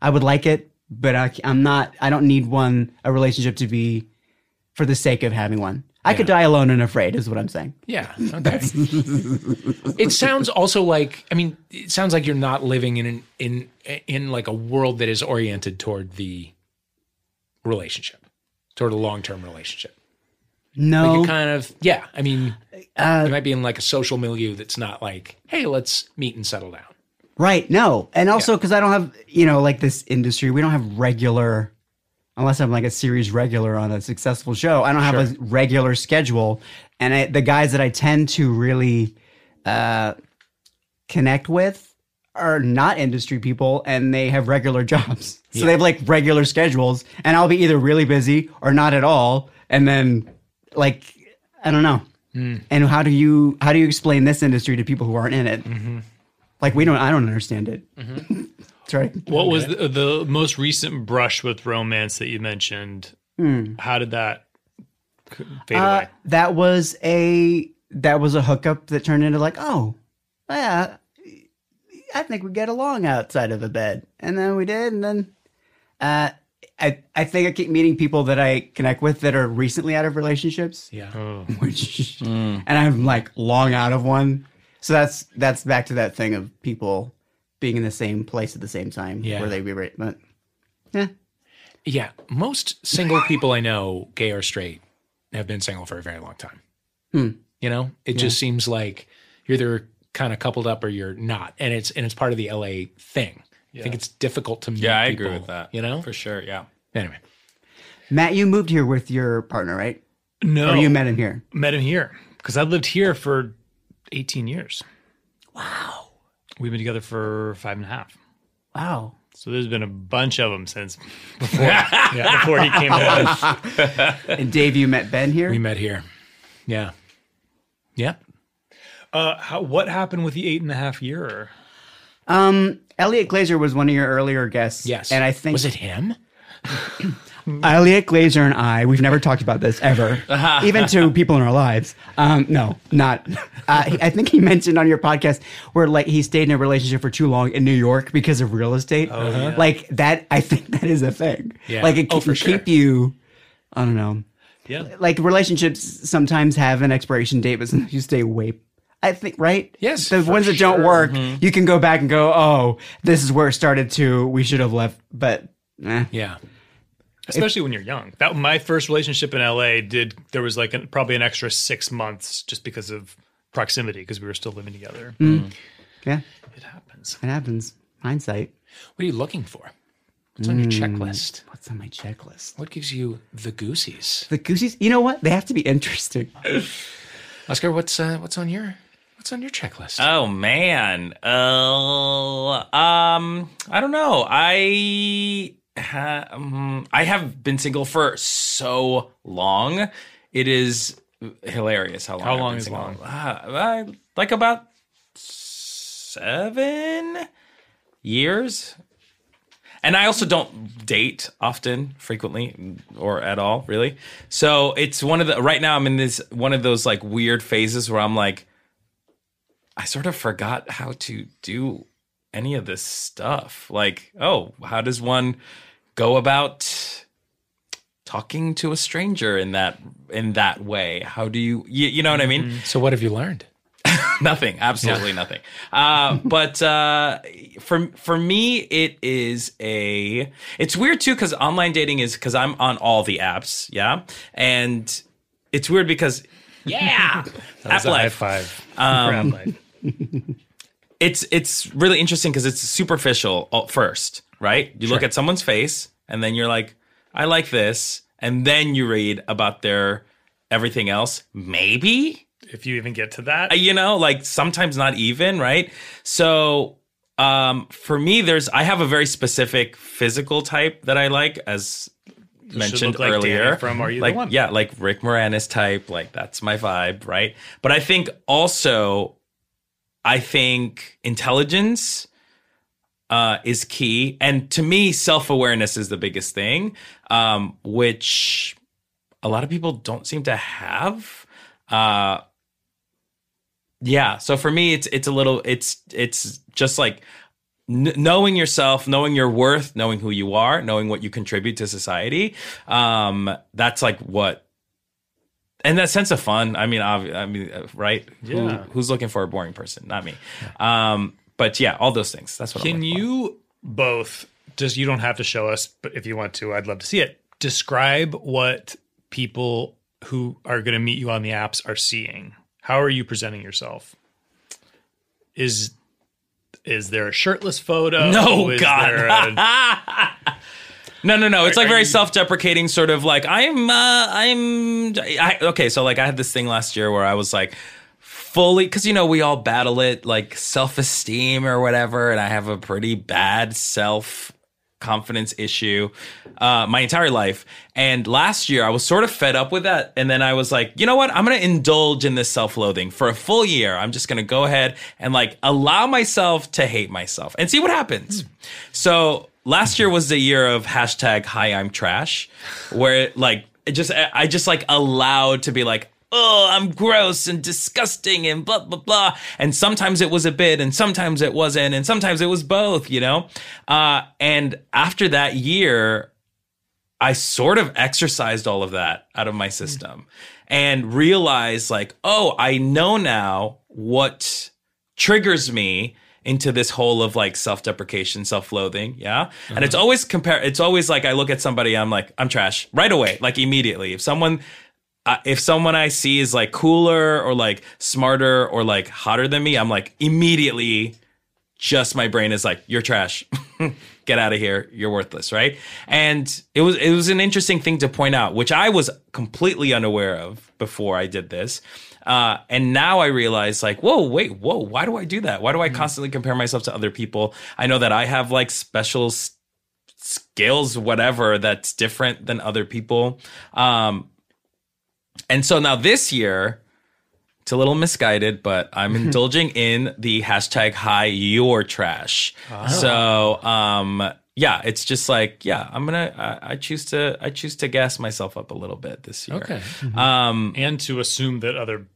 Speaker 3: i would like it but I, i'm not i don't need one a relationship to be for the sake of having one i could die alone and afraid is what i'm saying
Speaker 2: yeah. Okay. it sounds also like I mean, it sounds like you're not living in an, in in like a world that is oriented toward the relationship, toward a long term relationship.
Speaker 3: No, Uh,
Speaker 2: Like a kind of yeah. I mean, you might be in like a social milieu that's not like, hey, let's meet and settle down.
Speaker 3: right? No, and also because I don't have you know like this industry, we don't have regular, unless I'm like a series regular on a successful show. I don't have a regular schedule, and I, the guys that I tend to really uh, connect with are not industry people, and they have regular jobs, so they have like regular schedules, and I'll be either really busy or not at all, and then like I don't know. And how do you how do you explain this industry to people who aren't in it? Like we don't, I don't understand it. That's right.
Speaker 1: What was the, the most recent brush with romance that you mentioned? How did that c- fade
Speaker 3: Hmm. Uh,
Speaker 1: away?
Speaker 3: that was a that was a hookup that turned into like, oh, yeah, I think we get along outside of a bed, and then we did, and then uh, I I think I keep meeting people that I connect with that are recently out of relationships,
Speaker 2: Yeah. Mm.
Speaker 3: which and I'm like long out of one. So that's that's back to that thing of people being in the same place at the same time
Speaker 2: Yeah.
Speaker 3: where they be right, but
Speaker 2: Yeah, most single people I know, gay or straight, have been single for a very long time.
Speaker 3: Hmm.
Speaker 2: You know, it just seems like you're either kind of coupled up or you're not, and it's and it's part of the LA thing. I think it's difficult to meet.
Speaker 4: Yeah, I
Speaker 2: people,
Speaker 4: agree with that.
Speaker 2: You know,
Speaker 4: for sure. Yeah.
Speaker 2: anyway,
Speaker 3: Matt, you moved here with your partner, right?
Speaker 1: No,
Speaker 2: Oh.
Speaker 3: Or you met him here?
Speaker 1: met him here because I lived here for 18 years. Wow, we've been together for five and a half.
Speaker 3: Wow.
Speaker 1: So there's been a bunch of them since before, yeah, before he came over.
Speaker 3: And Dave, you met Ben here?
Speaker 2: we met here. Yeah, yeah.
Speaker 1: Uh, how, what happened with the eight and a half year?
Speaker 3: Um, Elliot Glazer was one of your earlier guests.
Speaker 2: Yes,
Speaker 3: And I think
Speaker 2: was it him?
Speaker 3: Elliot Glazer and I, we've never talked about this ever, even to people in our lives. Um, no, not. Uh, he- I think he mentioned on your podcast where like he stayed in a relationship for too long in New York because of real estate. Like that, I think that is a thing.
Speaker 2: Oh, Yeah.
Speaker 3: Like it
Speaker 2: Oh,
Speaker 3: can
Speaker 2: for sure.
Speaker 3: keep you, I don't know.
Speaker 1: Yeah.
Speaker 3: Like relationships sometimes have an expiration date, but sometimes you stay way. I think right.
Speaker 2: Yes,
Speaker 3: the
Speaker 2: for Mm-hmm.
Speaker 3: ones that don't work, you can go back and go, "Oh, this is where it started to. We should have left." But eh.
Speaker 2: Yeah,
Speaker 1: Especially when you're young. That my first relationship in LA did there was like an, probably an extra six months just because of
Speaker 3: Mm.
Speaker 1: proximity because we were still living together.
Speaker 3: yeah,
Speaker 1: It happens.
Speaker 3: it happens. Hindsight.
Speaker 2: What are you looking for? What's on your checklist?
Speaker 3: What's on my checklist?
Speaker 2: What gives you the goosies?
Speaker 3: The Goosies, you know what? They have to be interesting.
Speaker 2: Oscar, what's uh, what's on your what's on your checklist?
Speaker 4: Oh man. Uh, um, I don't know. I ha- um, I have been single for so long. It is hilarious how long. I've
Speaker 1: long
Speaker 4: been
Speaker 1: is
Speaker 4: single.
Speaker 1: long?
Speaker 4: Uh, I- like about seven years. And I also don't date often, frequently, or at all, really. So it's one of the right now. I'm in this one of those like weird phases where I'm like, I sort of forgot how to do any of this stuff. Like, oh, how does one go about talking to a stranger in that in that way? How do you you, you know what I mean?
Speaker 1: Mm-hmm.
Speaker 2: So what have you learned?
Speaker 4: nothing, absolutely nothing. Uh, but uh, for for me, it is a. It's weird too because online dating is because I'm on all the apps, yeah, and it's weird because yeah, app
Speaker 1: That's a high
Speaker 4: life
Speaker 1: five. Um,
Speaker 4: it's it's really interesting because it's superficial at first, right? You look at someone's face and then you're like, I like this, and then you read about their everything else, maybe,
Speaker 1: if you even get to that,
Speaker 4: you know like sometimes not even right so um for me there's i have a very specific physical type that i like as mentioned
Speaker 1: look like Danny
Speaker 4: earlier
Speaker 1: from Are You the
Speaker 4: like
Speaker 1: One?
Speaker 4: yeah like rick moranis type like that's my vibe right but i think also i think intelligence uh, is key and to me self-awareness is the biggest thing um, which a lot of people don't seem to have uh, yeah. So for me, it's it's a little it's it's just like kn- knowing yourself, knowing your worth, knowing who you are, knowing what you contribute to society. Um, that's like what, and that sense of fun. I mean, obvi- I mean, uh, right? Who,
Speaker 1: Yeah.
Speaker 4: who's looking for a boring person? Not me. Um, but yeah, all those things. That's what. I'm
Speaker 1: Can
Speaker 4: looking for.
Speaker 1: you both just you don't have to show us, but if you want to, I'd love to see it. Describe what people who are going to meet you on the apps are seeing. How are you presenting yourself? Is is there a shirtless photo?
Speaker 4: No,
Speaker 1: Is
Speaker 4: God.
Speaker 1: there a-
Speaker 4: No, no, no. It's like
Speaker 1: are
Speaker 4: very
Speaker 1: you-
Speaker 4: self-deprecating, sort of like I'm, uh, I'm, I, okay. So like I had this thing last year where I was like fully because you know we all battle it like self-esteem or whatever, and I have a pretty bad self confidence issue uh, my entire life. And last year I was sort of fed up with that, and then I was like, you know what? I'm gonna indulge in this self-loathing for a full year. I'm just gonna go ahead and like allow myself to hate myself and see what happens. So last year was the year of hashtag hi i'm trash where like it just i just like allowed to be like oh i'm gross and disgusting and blah blah blah and sometimes it was a bit and sometimes it wasn't and sometimes it was both you know uh, and after that year I sort of exercised all of that out of my system and realized like, oh, I know now what triggers me into this whole of like self-deprecation, self-loathing, yeah? And it's always compare it's always like I look at somebody I'm like, I'm trash right away, like immediately. If someone uh, if someone I see is like cooler or like smarter or like hotter than me, I'm like immediately just my brain is like you're trash get out of here you're worthless right and it was it was an interesting thing to point out which i was completely unaware of before i did this uh, and now i realize like whoa wait whoa why do i do that why do i constantly compare myself to other people i know that i have like special s- skills whatever that's different than other people um and so now this year it's a little misguided, but I'm indulging in the hashtag hi your trash.
Speaker 2: Ah.
Speaker 4: So um yeah, it's just like, yeah, I'm gonna I, I choose to I choose to gas myself up a little bit this year.
Speaker 2: Okay.
Speaker 1: and to assume that other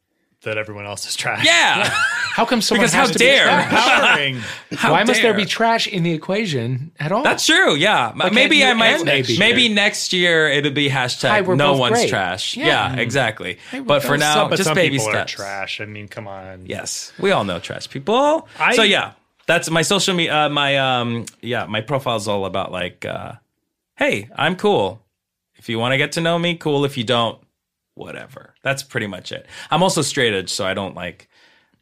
Speaker 1: that everyone else is trash.
Speaker 4: Yeah.
Speaker 2: How come someone
Speaker 4: because how
Speaker 2: has to be
Speaker 4: dare.
Speaker 1: Empowering.
Speaker 4: How
Speaker 2: Why must there
Speaker 4: dare.
Speaker 2: be trash in the equation at all?
Speaker 4: That's true. Yeah, M- maybe
Speaker 2: you
Speaker 4: I might.
Speaker 2: end next
Speaker 4: Maybe.
Speaker 2: year?
Speaker 4: next year it'll be hashtag
Speaker 2: Hi, we're
Speaker 4: no
Speaker 2: both
Speaker 4: one's
Speaker 2: great.
Speaker 4: trash.
Speaker 2: Yeah.
Speaker 4: Yeah, exactly.
Speaker 2: we're
Speaker 4: but for
Speaker 2: both-
Speaker 4: now,
Speaker 1: but
Speaker 4: just
Speaker 1: some
Speaker 4: baby
Speaker 1: people
Speaker 4: steps.
Speaker 1: are trash. I mean, come on.
Speaker 4: Yes, we all know trash people.
Speaker 1: I-
Speaker 4: so yeah, that's my social media. Uh, my um, yeah, my profile's all about like, uh, hey, I'm cool. If you want to get to know me, cool. If you don't, whatever. That's pretty much it. I'm also straight edge, so I don't like.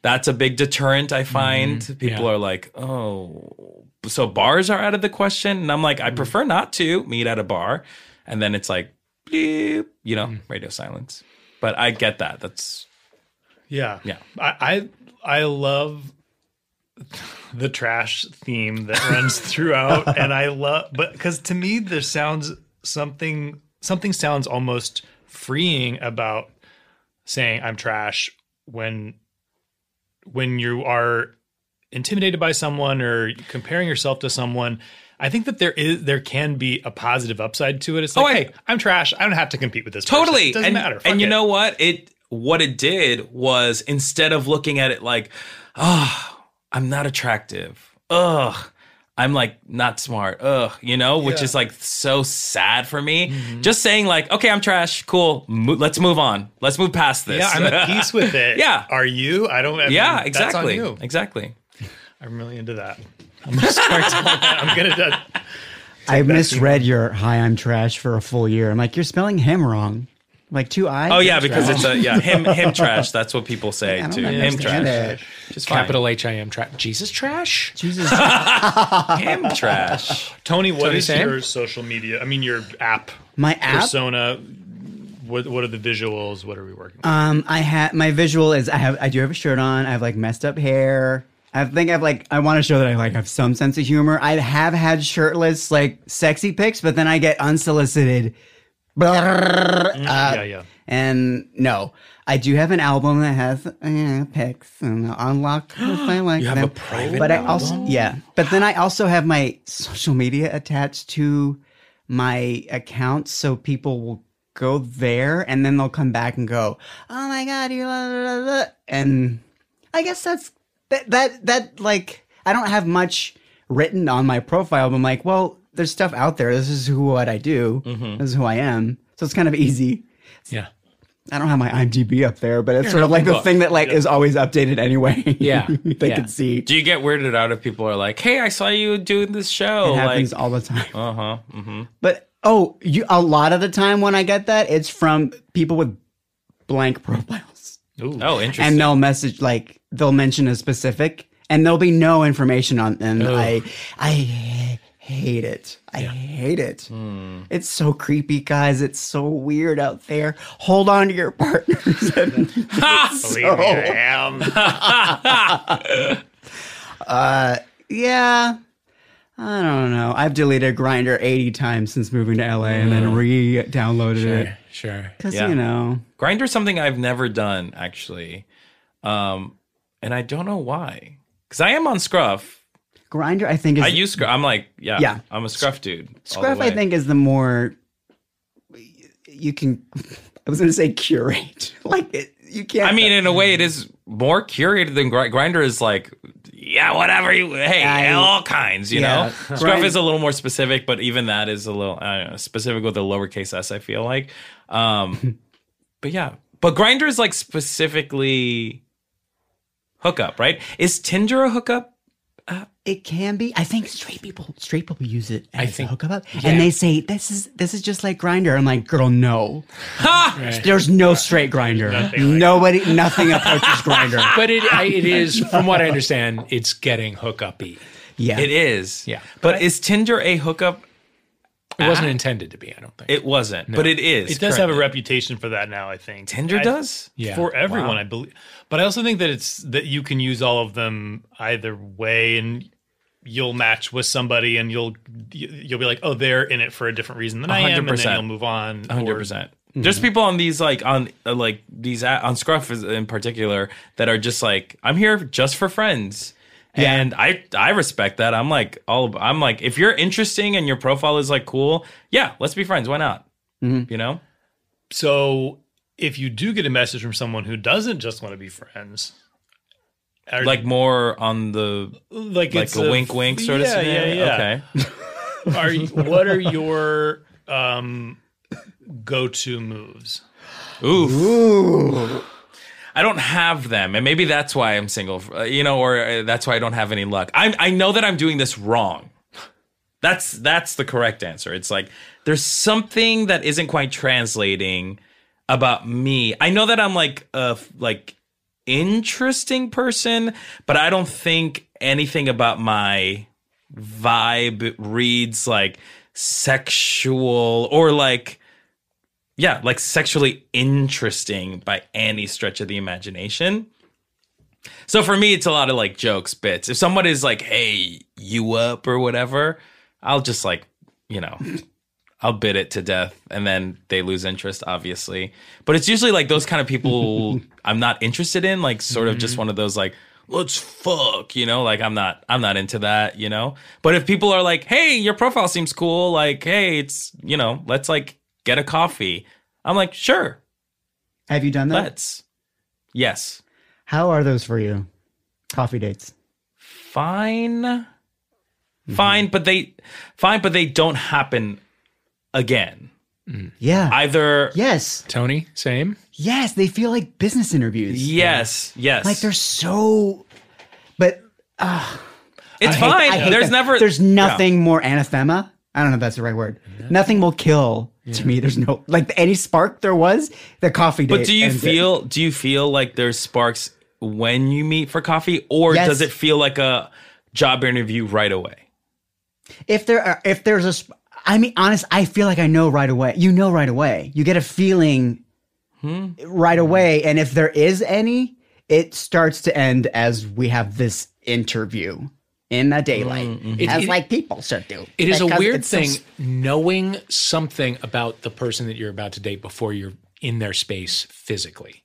Speaker 4: That's a big deterrent, I find. People are like, oh, so bars are out of the question. And I'm like, I prefer not to meet at a bar. And then it's like, bleep, you know, radio silence. But I get that. That's
Speaker 1: Yeah.
Speaker 4: Yeah.
Speaker 1: I I, I love the trash theme that runs throughout and I love but cuz to me there sounds something something sounds almost freeing about saying I'm trash when when you are intimidated by someone or comparing yourself to someone I think that there is there can be a positive upside to it. It's
Speaker 4: Oh,
Speaker 1: like,
Speaker 4: I-
Speaker 1: hey, I'm trash. I don't have to compete with this. person.
Speaker 4: totally
Speaker 1: It doesn't
Speaker 4: and,
Speaker 1: matter. Fuck
Speaker 4: and you
Speaker 1: it.
Speaker 4: know what it what it did was instead of looking at it like oh i'm not attractive ugh i'm like not smart ugh you know
Speaker 1: Yeah.
Speaker 4: which
Speaker 1: Mm-hmm.
Speaker 4: is like so sad for me just saying like okay i'm trash cool mo- let's move on let's move past this
Speaker 1: Yeah, I'm at peace with it.
Speaker 4: Yeah.
Speaker 1: Are you? I don't. I mean,
Speaker 4: yeah
Speaker 1: That's on
Speaker 4: exactly
Speaker 1: you.
Speaker 4: exactly
Speaker 1: I'm really into that. I'm gonna start. doing that. I'm gonna. do-
Speaker 3: I misread your "Hi, I'm trash" for a full year. I'm like, you're spelling him wrong, like two I's.
Speaker 4: oh yeah because it's a yeah him him trash that's what people say
Speaker 3: I don't
Speaker 4: too him
Speaker 3: understand
Speaker 4: trash
Speaker 3: it.
Speaker 4: just fine.
Speaker 2: Capital H I M trash. Jesus trash.
Speaker 3: Jesus.
Speaker 4: him trash
Speaker 1: Tony, what is
Speaker 2: Sam?
Speaker 1: your social media? I mean, your app
Speaker 3: My app.
Speaker 1: persona. What What are the visuals? What are we working? with?
Speaker 3: Um, I had my visual is I have I do have a shirt on. I have like messed up hair. I think I've like I want to show that I like have some sense of humor. I have had shirtless like sexy pics, but then I get unsolicited. Brrr,
Speaker 4: Mm,
Speaker 3: uh,
Speaker 1: yeah, yeah.
Speaker 3: And no, I do have an album that has uh, pics and I'll unlock if I like
Speaker 4: You have
Speaker 3: them.
Speaker 4: a private
Speaker 3: but I also yeah. But then I also have my social media attached to my account, so people will go there and then they'll come back and go, "Oh my god, you," la, la, la, la." and I guess that's that that that like I don't have much written on my profile, but I'm like, well, there's stuff out there. This is who what I do.
Speaker 4: Mm-hmm.
Speaker 3: This is who I am. So it's kind of easy.
Speaker 2: Yeah.
Speaker 3: I don't have my IMDb up there, but it's sort of like the thing that like is always updated anyway.
Speaker 2: Yeah.
Speaker 3: they
Speaker 2: Yeah.
Speaker 3: can see.
Speaker 4: do you get weirded out if people are like hey i saw you doing this show
Speaker 3: It
Speaker 4: like
Speaker 3: happens all the time.
Speaker 4: uh-huh mm-hmm
Speaker 3: But oh, you a lot of the time when I get that, it's from people with blank profiles.
Speaker 1: Ooh.
Speaker 4: Oh, interesting.
Speaker 3: And they'll message like they'll mention a specific and there'll be no information on them. I I h- hate it. I hate it.
Speaker 4: Hmm.
Speaker 3: It's so creepy, guys. It's so weird out there. Hold on to your partners.
Speaker 1: Believe me, I am.
Speaker 3: yeah. I don't know. I've deleted Grinder 80 times since moving to LA and then re-downloaded it.
Speaker 2: Sure.
Speaker 3: Cuz
Speaker 4: Mm. Yeah.
Speaker 3: you know,
Speaker 4: Grinder's something I've never done actually, um, and I don't know why. Because I am on Scruff.
Speaker 3: Grinder I think is
Speaker 4: I use Scruff. I'm like, yeah,
Speaker 3: Yeah.
Speaker 4: I'm a Scruff dude. all the
Speaker 3: Scruff, I
Speaker 4: way.
Speaker 3: think, is the more you can. I was going to say curate. Like it, you can't.
Speaker 4: I mean, in a way,
Speaker 3: Mm-hmm.
Speaker 4: it is more curated than Gr- Grinder is like, yeah, whatever you, hey,
Speaker 3: I-
Speaker 4: all kinds, you
Speaker 3: Yeah.
Speaker 4: know.
Speaker 3: Grind-
Speaker 4: Scruff is a little more specific, but even that is a little I don't know, specific with the lowercase s. I feel like, um, but yeah, but Grinder is like specifically hookup, right? Is Tinder a hookup?
Speaker 3: it can be. I think straight people, straight people use it as
Speaker 2: think-
Speaker 3: a hookup, up, and they say this is this is just like grinder. I'm like, girl, no. There's no straight grinder. Nobody, nothing approaches grinder.
Speaker 2: But it I, it is from what I understand, it's getting hookupy.
Speaker 3: Yeah,
Speaker 4: It is.
Speaker 2: Yeah.
Speaker 4: But is Tinder a hookup?
Speaker 2: It
Speaker 4: Ah.
Speaker 2: wasn't intended to be, I don't think.
Speaker 4: It wasn't, but it is.
Speaker 1: It does have a
Speaker 4: currently.
Speaker 1: reputation for that now. I think
Speaker 4: Tinder
Speaker 1: I-
Speaker 4: does?
Speaker 2: Yeah.
Speaker 1: for everyone, I believe. But I also think that it's that you can use all of them either way, and you'll match with somebody, and you'll you'll be like, oh, they're in it for a different reason than I am, and then
Speaker 4: 100%.
Speaker 1: you'll move on. or-
Speaker 4: 100%. percent Mm-hmm. There's people on these like on uh, like these a- on Scruff is- in particular that are just like I'm here just for friends. And I I respect that. I'm like all ab- I'm like if you're interesting and your profile is like cool, yeah, let's be friends. Why not?
Speaker 1: Mm-hmm.
Speaker 4: You know?
Speaker 1: So if you do get a message from someone who doesn't just want to be friends, or-
Speaker 4: Like more on the
Speaker 1: like,
Speaker 4: like
Speaker 1: it's
Speaker 4: a, wink wink sort of
Speaker 1: yeah,
Speaker 4: scenario.
Speaker 1: Yeah, yeah.
Speaker 4: Okay.
Speaker 1: Are you, what are your um, go-to moves?
Speaker 4: Oof. I don't have them, and maybe that's why I'm single. uh, You know, or uh, that's why I don't have any luck. I I know that I'm doing this wrong. That's that's the correct answer. It's like there's something that isn't quite translating about me. I know that I'm like uh f- like interesting person, but I don't think anything about my vibe reads like sexual or like yeah, like sexually interesting by any stretch of the imagination. So for me, it's a lot of like jokes, bits. If someone is like, hey, you up or whatever, I'll just like, you know, I'll bid it to death and then they lose interest, obviously. But it's usually like those kind of people I'm not interested in, like sort of
Speaker 3: Mm-hmm.
Speaker 4: just one of those like, let's fuck, you know, like I'm not I'm not into that, you know. But if people are like, hey, your profile seems cool, like, hey, it's you know, let's like get a coffee. I'm like, sure,
Speaker 3: Have you done that?
Speaker 4: let's. Yes.
Speaker 3: How are those for you? Coffee dates.
Speaker 4: fine
Speaker 3: Mm-hmm.
Speaker 4: fine but they fine but they don't happen again
Speaker 3: Yeah.
Speaker 4: either
Speaker 3: yes.
Speaker 2: Tony, same.
Speaker 3: Yes. They feel like business interviews.
Speaker 4: yes yes
Speaker 3: Like they're so, but
Speaker 4: it's
Speaker 3: I hate-
Speaker 4: fine
Speaker 3: I hate
Speaker 4: there's
Speaker 3: that.
Speaker 4: never
Speaker 3: There's nothing more anathema. I don't know if that's the right word. Nothing will kill to me. There's no like any spark there was the coffee date.
Speaker 4: but do you
Speaker 3: ends it.
Speaker 4: feel do you feel like there's sparks when you meet for coffee or
Speaker 3: Yes.
Speaker 4: does it feel like a job interview right away
Speaker 3: if there are, if there's a sp- I mean honest I feel like I know right away. You know right away. You get a feeling
Speaker 2: Hmm?
Speaker 3: right away and if there is any it starts to end as we have this interview in the daylight.
Speaker 5: As
Speaker 2: Mm, mm-hmm. it-
Speaker 5: like people should do.
Speaker 2: It is a
Speaker 5: Because
Speaker 2: weird
Speaker 5: it's so
Speaker 2: thing knowing something about the person that you're about to date before you're in their space physically.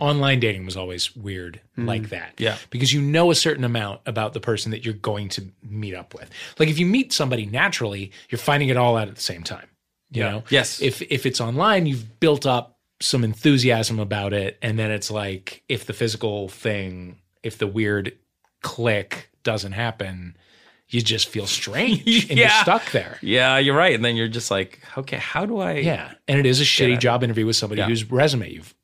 Speaker 2: Online dating was always weird like that.
Speaker 4: Mm-hmm. Yeah.
Speaker 2: Because you know a certain amount about the person that you're going to meet up with. Like if you meet somebody naturally, you're finding it all out at the same time. You know?
Speaker 4: Yes.
Speaker 2: If if it's online, you've built up some enthusiasm about it. And then it's like if the physical thing, if the weird click doesn't happen, you just feel strange and you're
Speaker 4: Yeah.
Speaker 2: stuck there.
Speaker 4: yeah you're right and then you're just like okay how do i
Speaker 2: Yeah. And it is a shitty job interview with somebody whose resume you've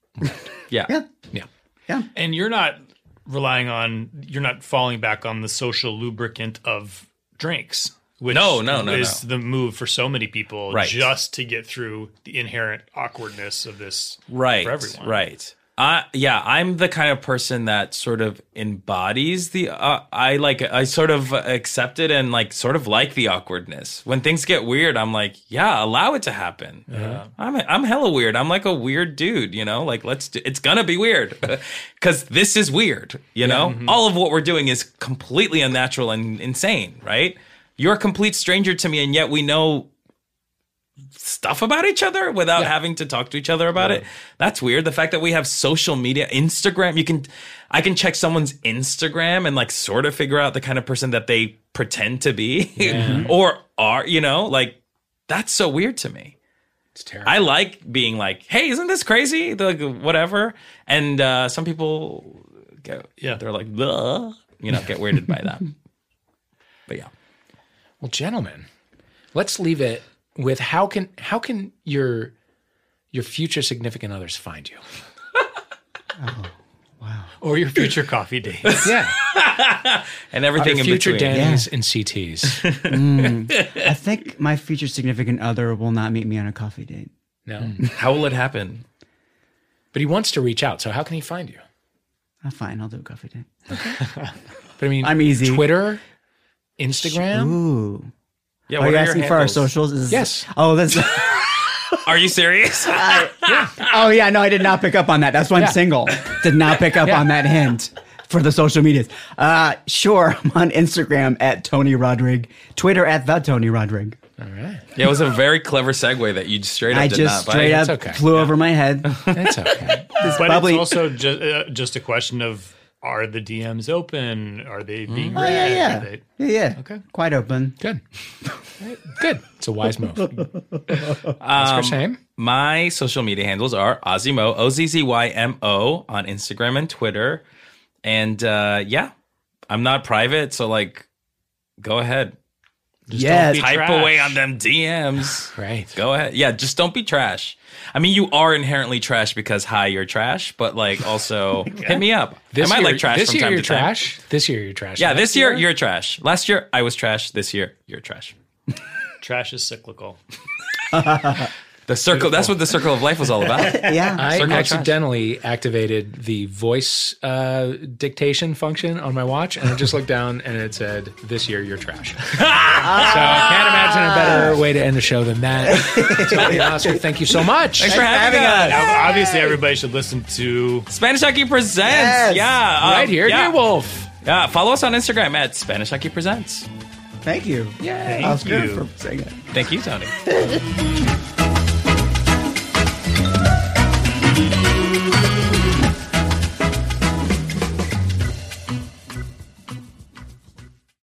Speaker 4: yeah,
Speaker 3: Yeah.
Speaker 2: yeah.
Speaker 1: and you're not relying on you're not falling back on the social lubricant of drinks which
Speaker 4: No, no, no,
Speaker 1: is the move for so many people
Speaker 4: Right.
Speaker 1: just to get through the inherent awkwardness of this
Speaker 4: right
Speaker 1: for everyone
Speaker 4: right I yeah i'm the kind of person that sort of embodies the uh, i like i sort of accept it and like sort of like the awkwardness when things get weird i'm like yeah allow it to happen
Speaker 1: Uh-huh.
Speaker 4: Uh, i'm i'm hella weird i'm like a weird dude you know like let's do, it's gonna be weird because this is weird you know
Speaker 1: mm-hmm.
Speaker 4: all of what we're doing is completely unnatural and insane right you're a complete stranger to me and yet we know stuff about each other without having to talk to each other about it. That's weird. The fact that we have social media, Instagram, you can I can check someone's Instagram and like sort of figure out the kind of person that they pretend to be or are, you know, like that's so weird to me.
Speaker 2: It's terrible.
Speaker 4: I like being like, "Hey, isn't this crazy?" The like, whatever. And uh some people go
Speaker 1: Yeah.
Speaker 4: they're like, "Ugh," you know, get weirded by that. But yeah.
Speaker 2: well, gentlemen, let's leave it with how can how can your your future significant others find you?
Speaker 3: Oh,
Speaker 1: or your future coffee dates
Speaker 2: Yeah.
Speaker 4: And everything
Speaker 2: your
Speaker 4: in
Speaker 2: future
Speaker 4: between.
Speaker 2: Danny's and CTs.
Speaker 3: I think my future significant other will not meet me on a coffee date.
Speaker 2: No.
Speaker 4: How will it happen?
Speaker 2: Hmm. But he wants to reach out. So how can he find you?
Speaker 3: Oh, fine, I'll do a coffee date.
Speaker 2: But I mean
Speaker 3: I'm easy.
Speaker 2: Twitter, Instagram.
Speaker 3: Ooh.
Speaker 4: Yeah,
Speaker 3: Are
Speaker 4: what
Speaker 3: you
Speaker 4: your
Speaker 3: asking for our
Speaker 4: handles?
Speaker 3: socials? Is-
Speaker 2: Yes.
Speaker 3: Oh, that's
Speaker 4: Are you serious?
Speaker 3: Oh yeah, no, I did not pick up on that. That's why I'm single. Did not pick up on that hint for the social medias. Uh, sure, I'm on Instagram at Tony Rodrig, Twitter at the Tony Rodrig.
Speaker 2: All right.
Speaker 4: Yeah, it was a very clever segue that you straight up
Speaker 3: I
Speaker 4: did
Speaker 3: just
Speaker 4: not
Speaker 3: straight
Speaker 4: buy.
Speaker 3: up
Speaker 2: okay.
Speaker 3: flew over my head.
Speaker 2: That's okay.
Speaker 3: It's
Speaker 1: but
Speaker 3: probably
Speaker 1: it's also just uh, just a question of are the DMs open? Are they being read?
Speaker 3: Mm. Oh, yeah,
Speaker 1: Are
Speaker 3: yeah,
Speaker 1: they-
Speaker 3: yeah, yeah.
Speaker 1: Okay.
Speaker 3: quite open.
Speaker 2: Good. Good. It's a wise move. Um, That's for shame.
Speaker 4: My social media handles are Ozzymo, O Z Z Y M O, on Instagram and Twitter. And uh, yeah, I'm not private, so like, go ahead,
Speaker 3: yes,
Speaker 1: be
Speaker 4: type
Speaker 1: trash.
Speaker 4: away on them DMs.
Speaker 2: Right.
Speaker 4: Go ahead. Yeah, just don't be trash. I mean, you are inherently trash because hi, you're trash, but like also hit me up. I might
Speaker 2: year,
Speaker 4: like trash
Speaker 2: This
Speaker 4: from
Speaker 2: year
Speaker 4: time
Speaker 2: you're
Speaker 4: to time.
Speaker 2: trash. This year you're trash.
Speaker 4: Yeah,
Speaker 2: Next
Speaker 4: this year you're trash. Last year I was trash. This year you're trash.
Speaker 1: Trash is cyclical.
Speaker 4: The circle. That's what the circle of life was all about.
Speaker 3: Yeah.
Speaker 2: I
Speaker 4: Circle of trash.
Speaker 2: accidentally activated the voice uh, dictation function on my watch, and I just looked down and it said, "This year you're trash." so I can't imagine a better way to end a show than that. Tony Oscar, thank you so much.
Speaker 4: Thanks for having, us.
Speaker 1: Now, obviously, everybody should listen to
Speaker 4: Spanish Hockey Presents.
Speaker 3: Yes.
Speaker 4: Yeah. um,
Speaker 2: right here,
Speaker 4: Yeah.
Speaker 2: Wolf.
Speaker 4: yeah. Follow us on Instagram at Spanish Hockey Presents.
Speaker 3: Thank you.
Speaker 1: Thank
Speaker 3: Oscar
Speaker 1: you.
Speaker 3: for saying that.
Speaker 4: Thank you, Tony.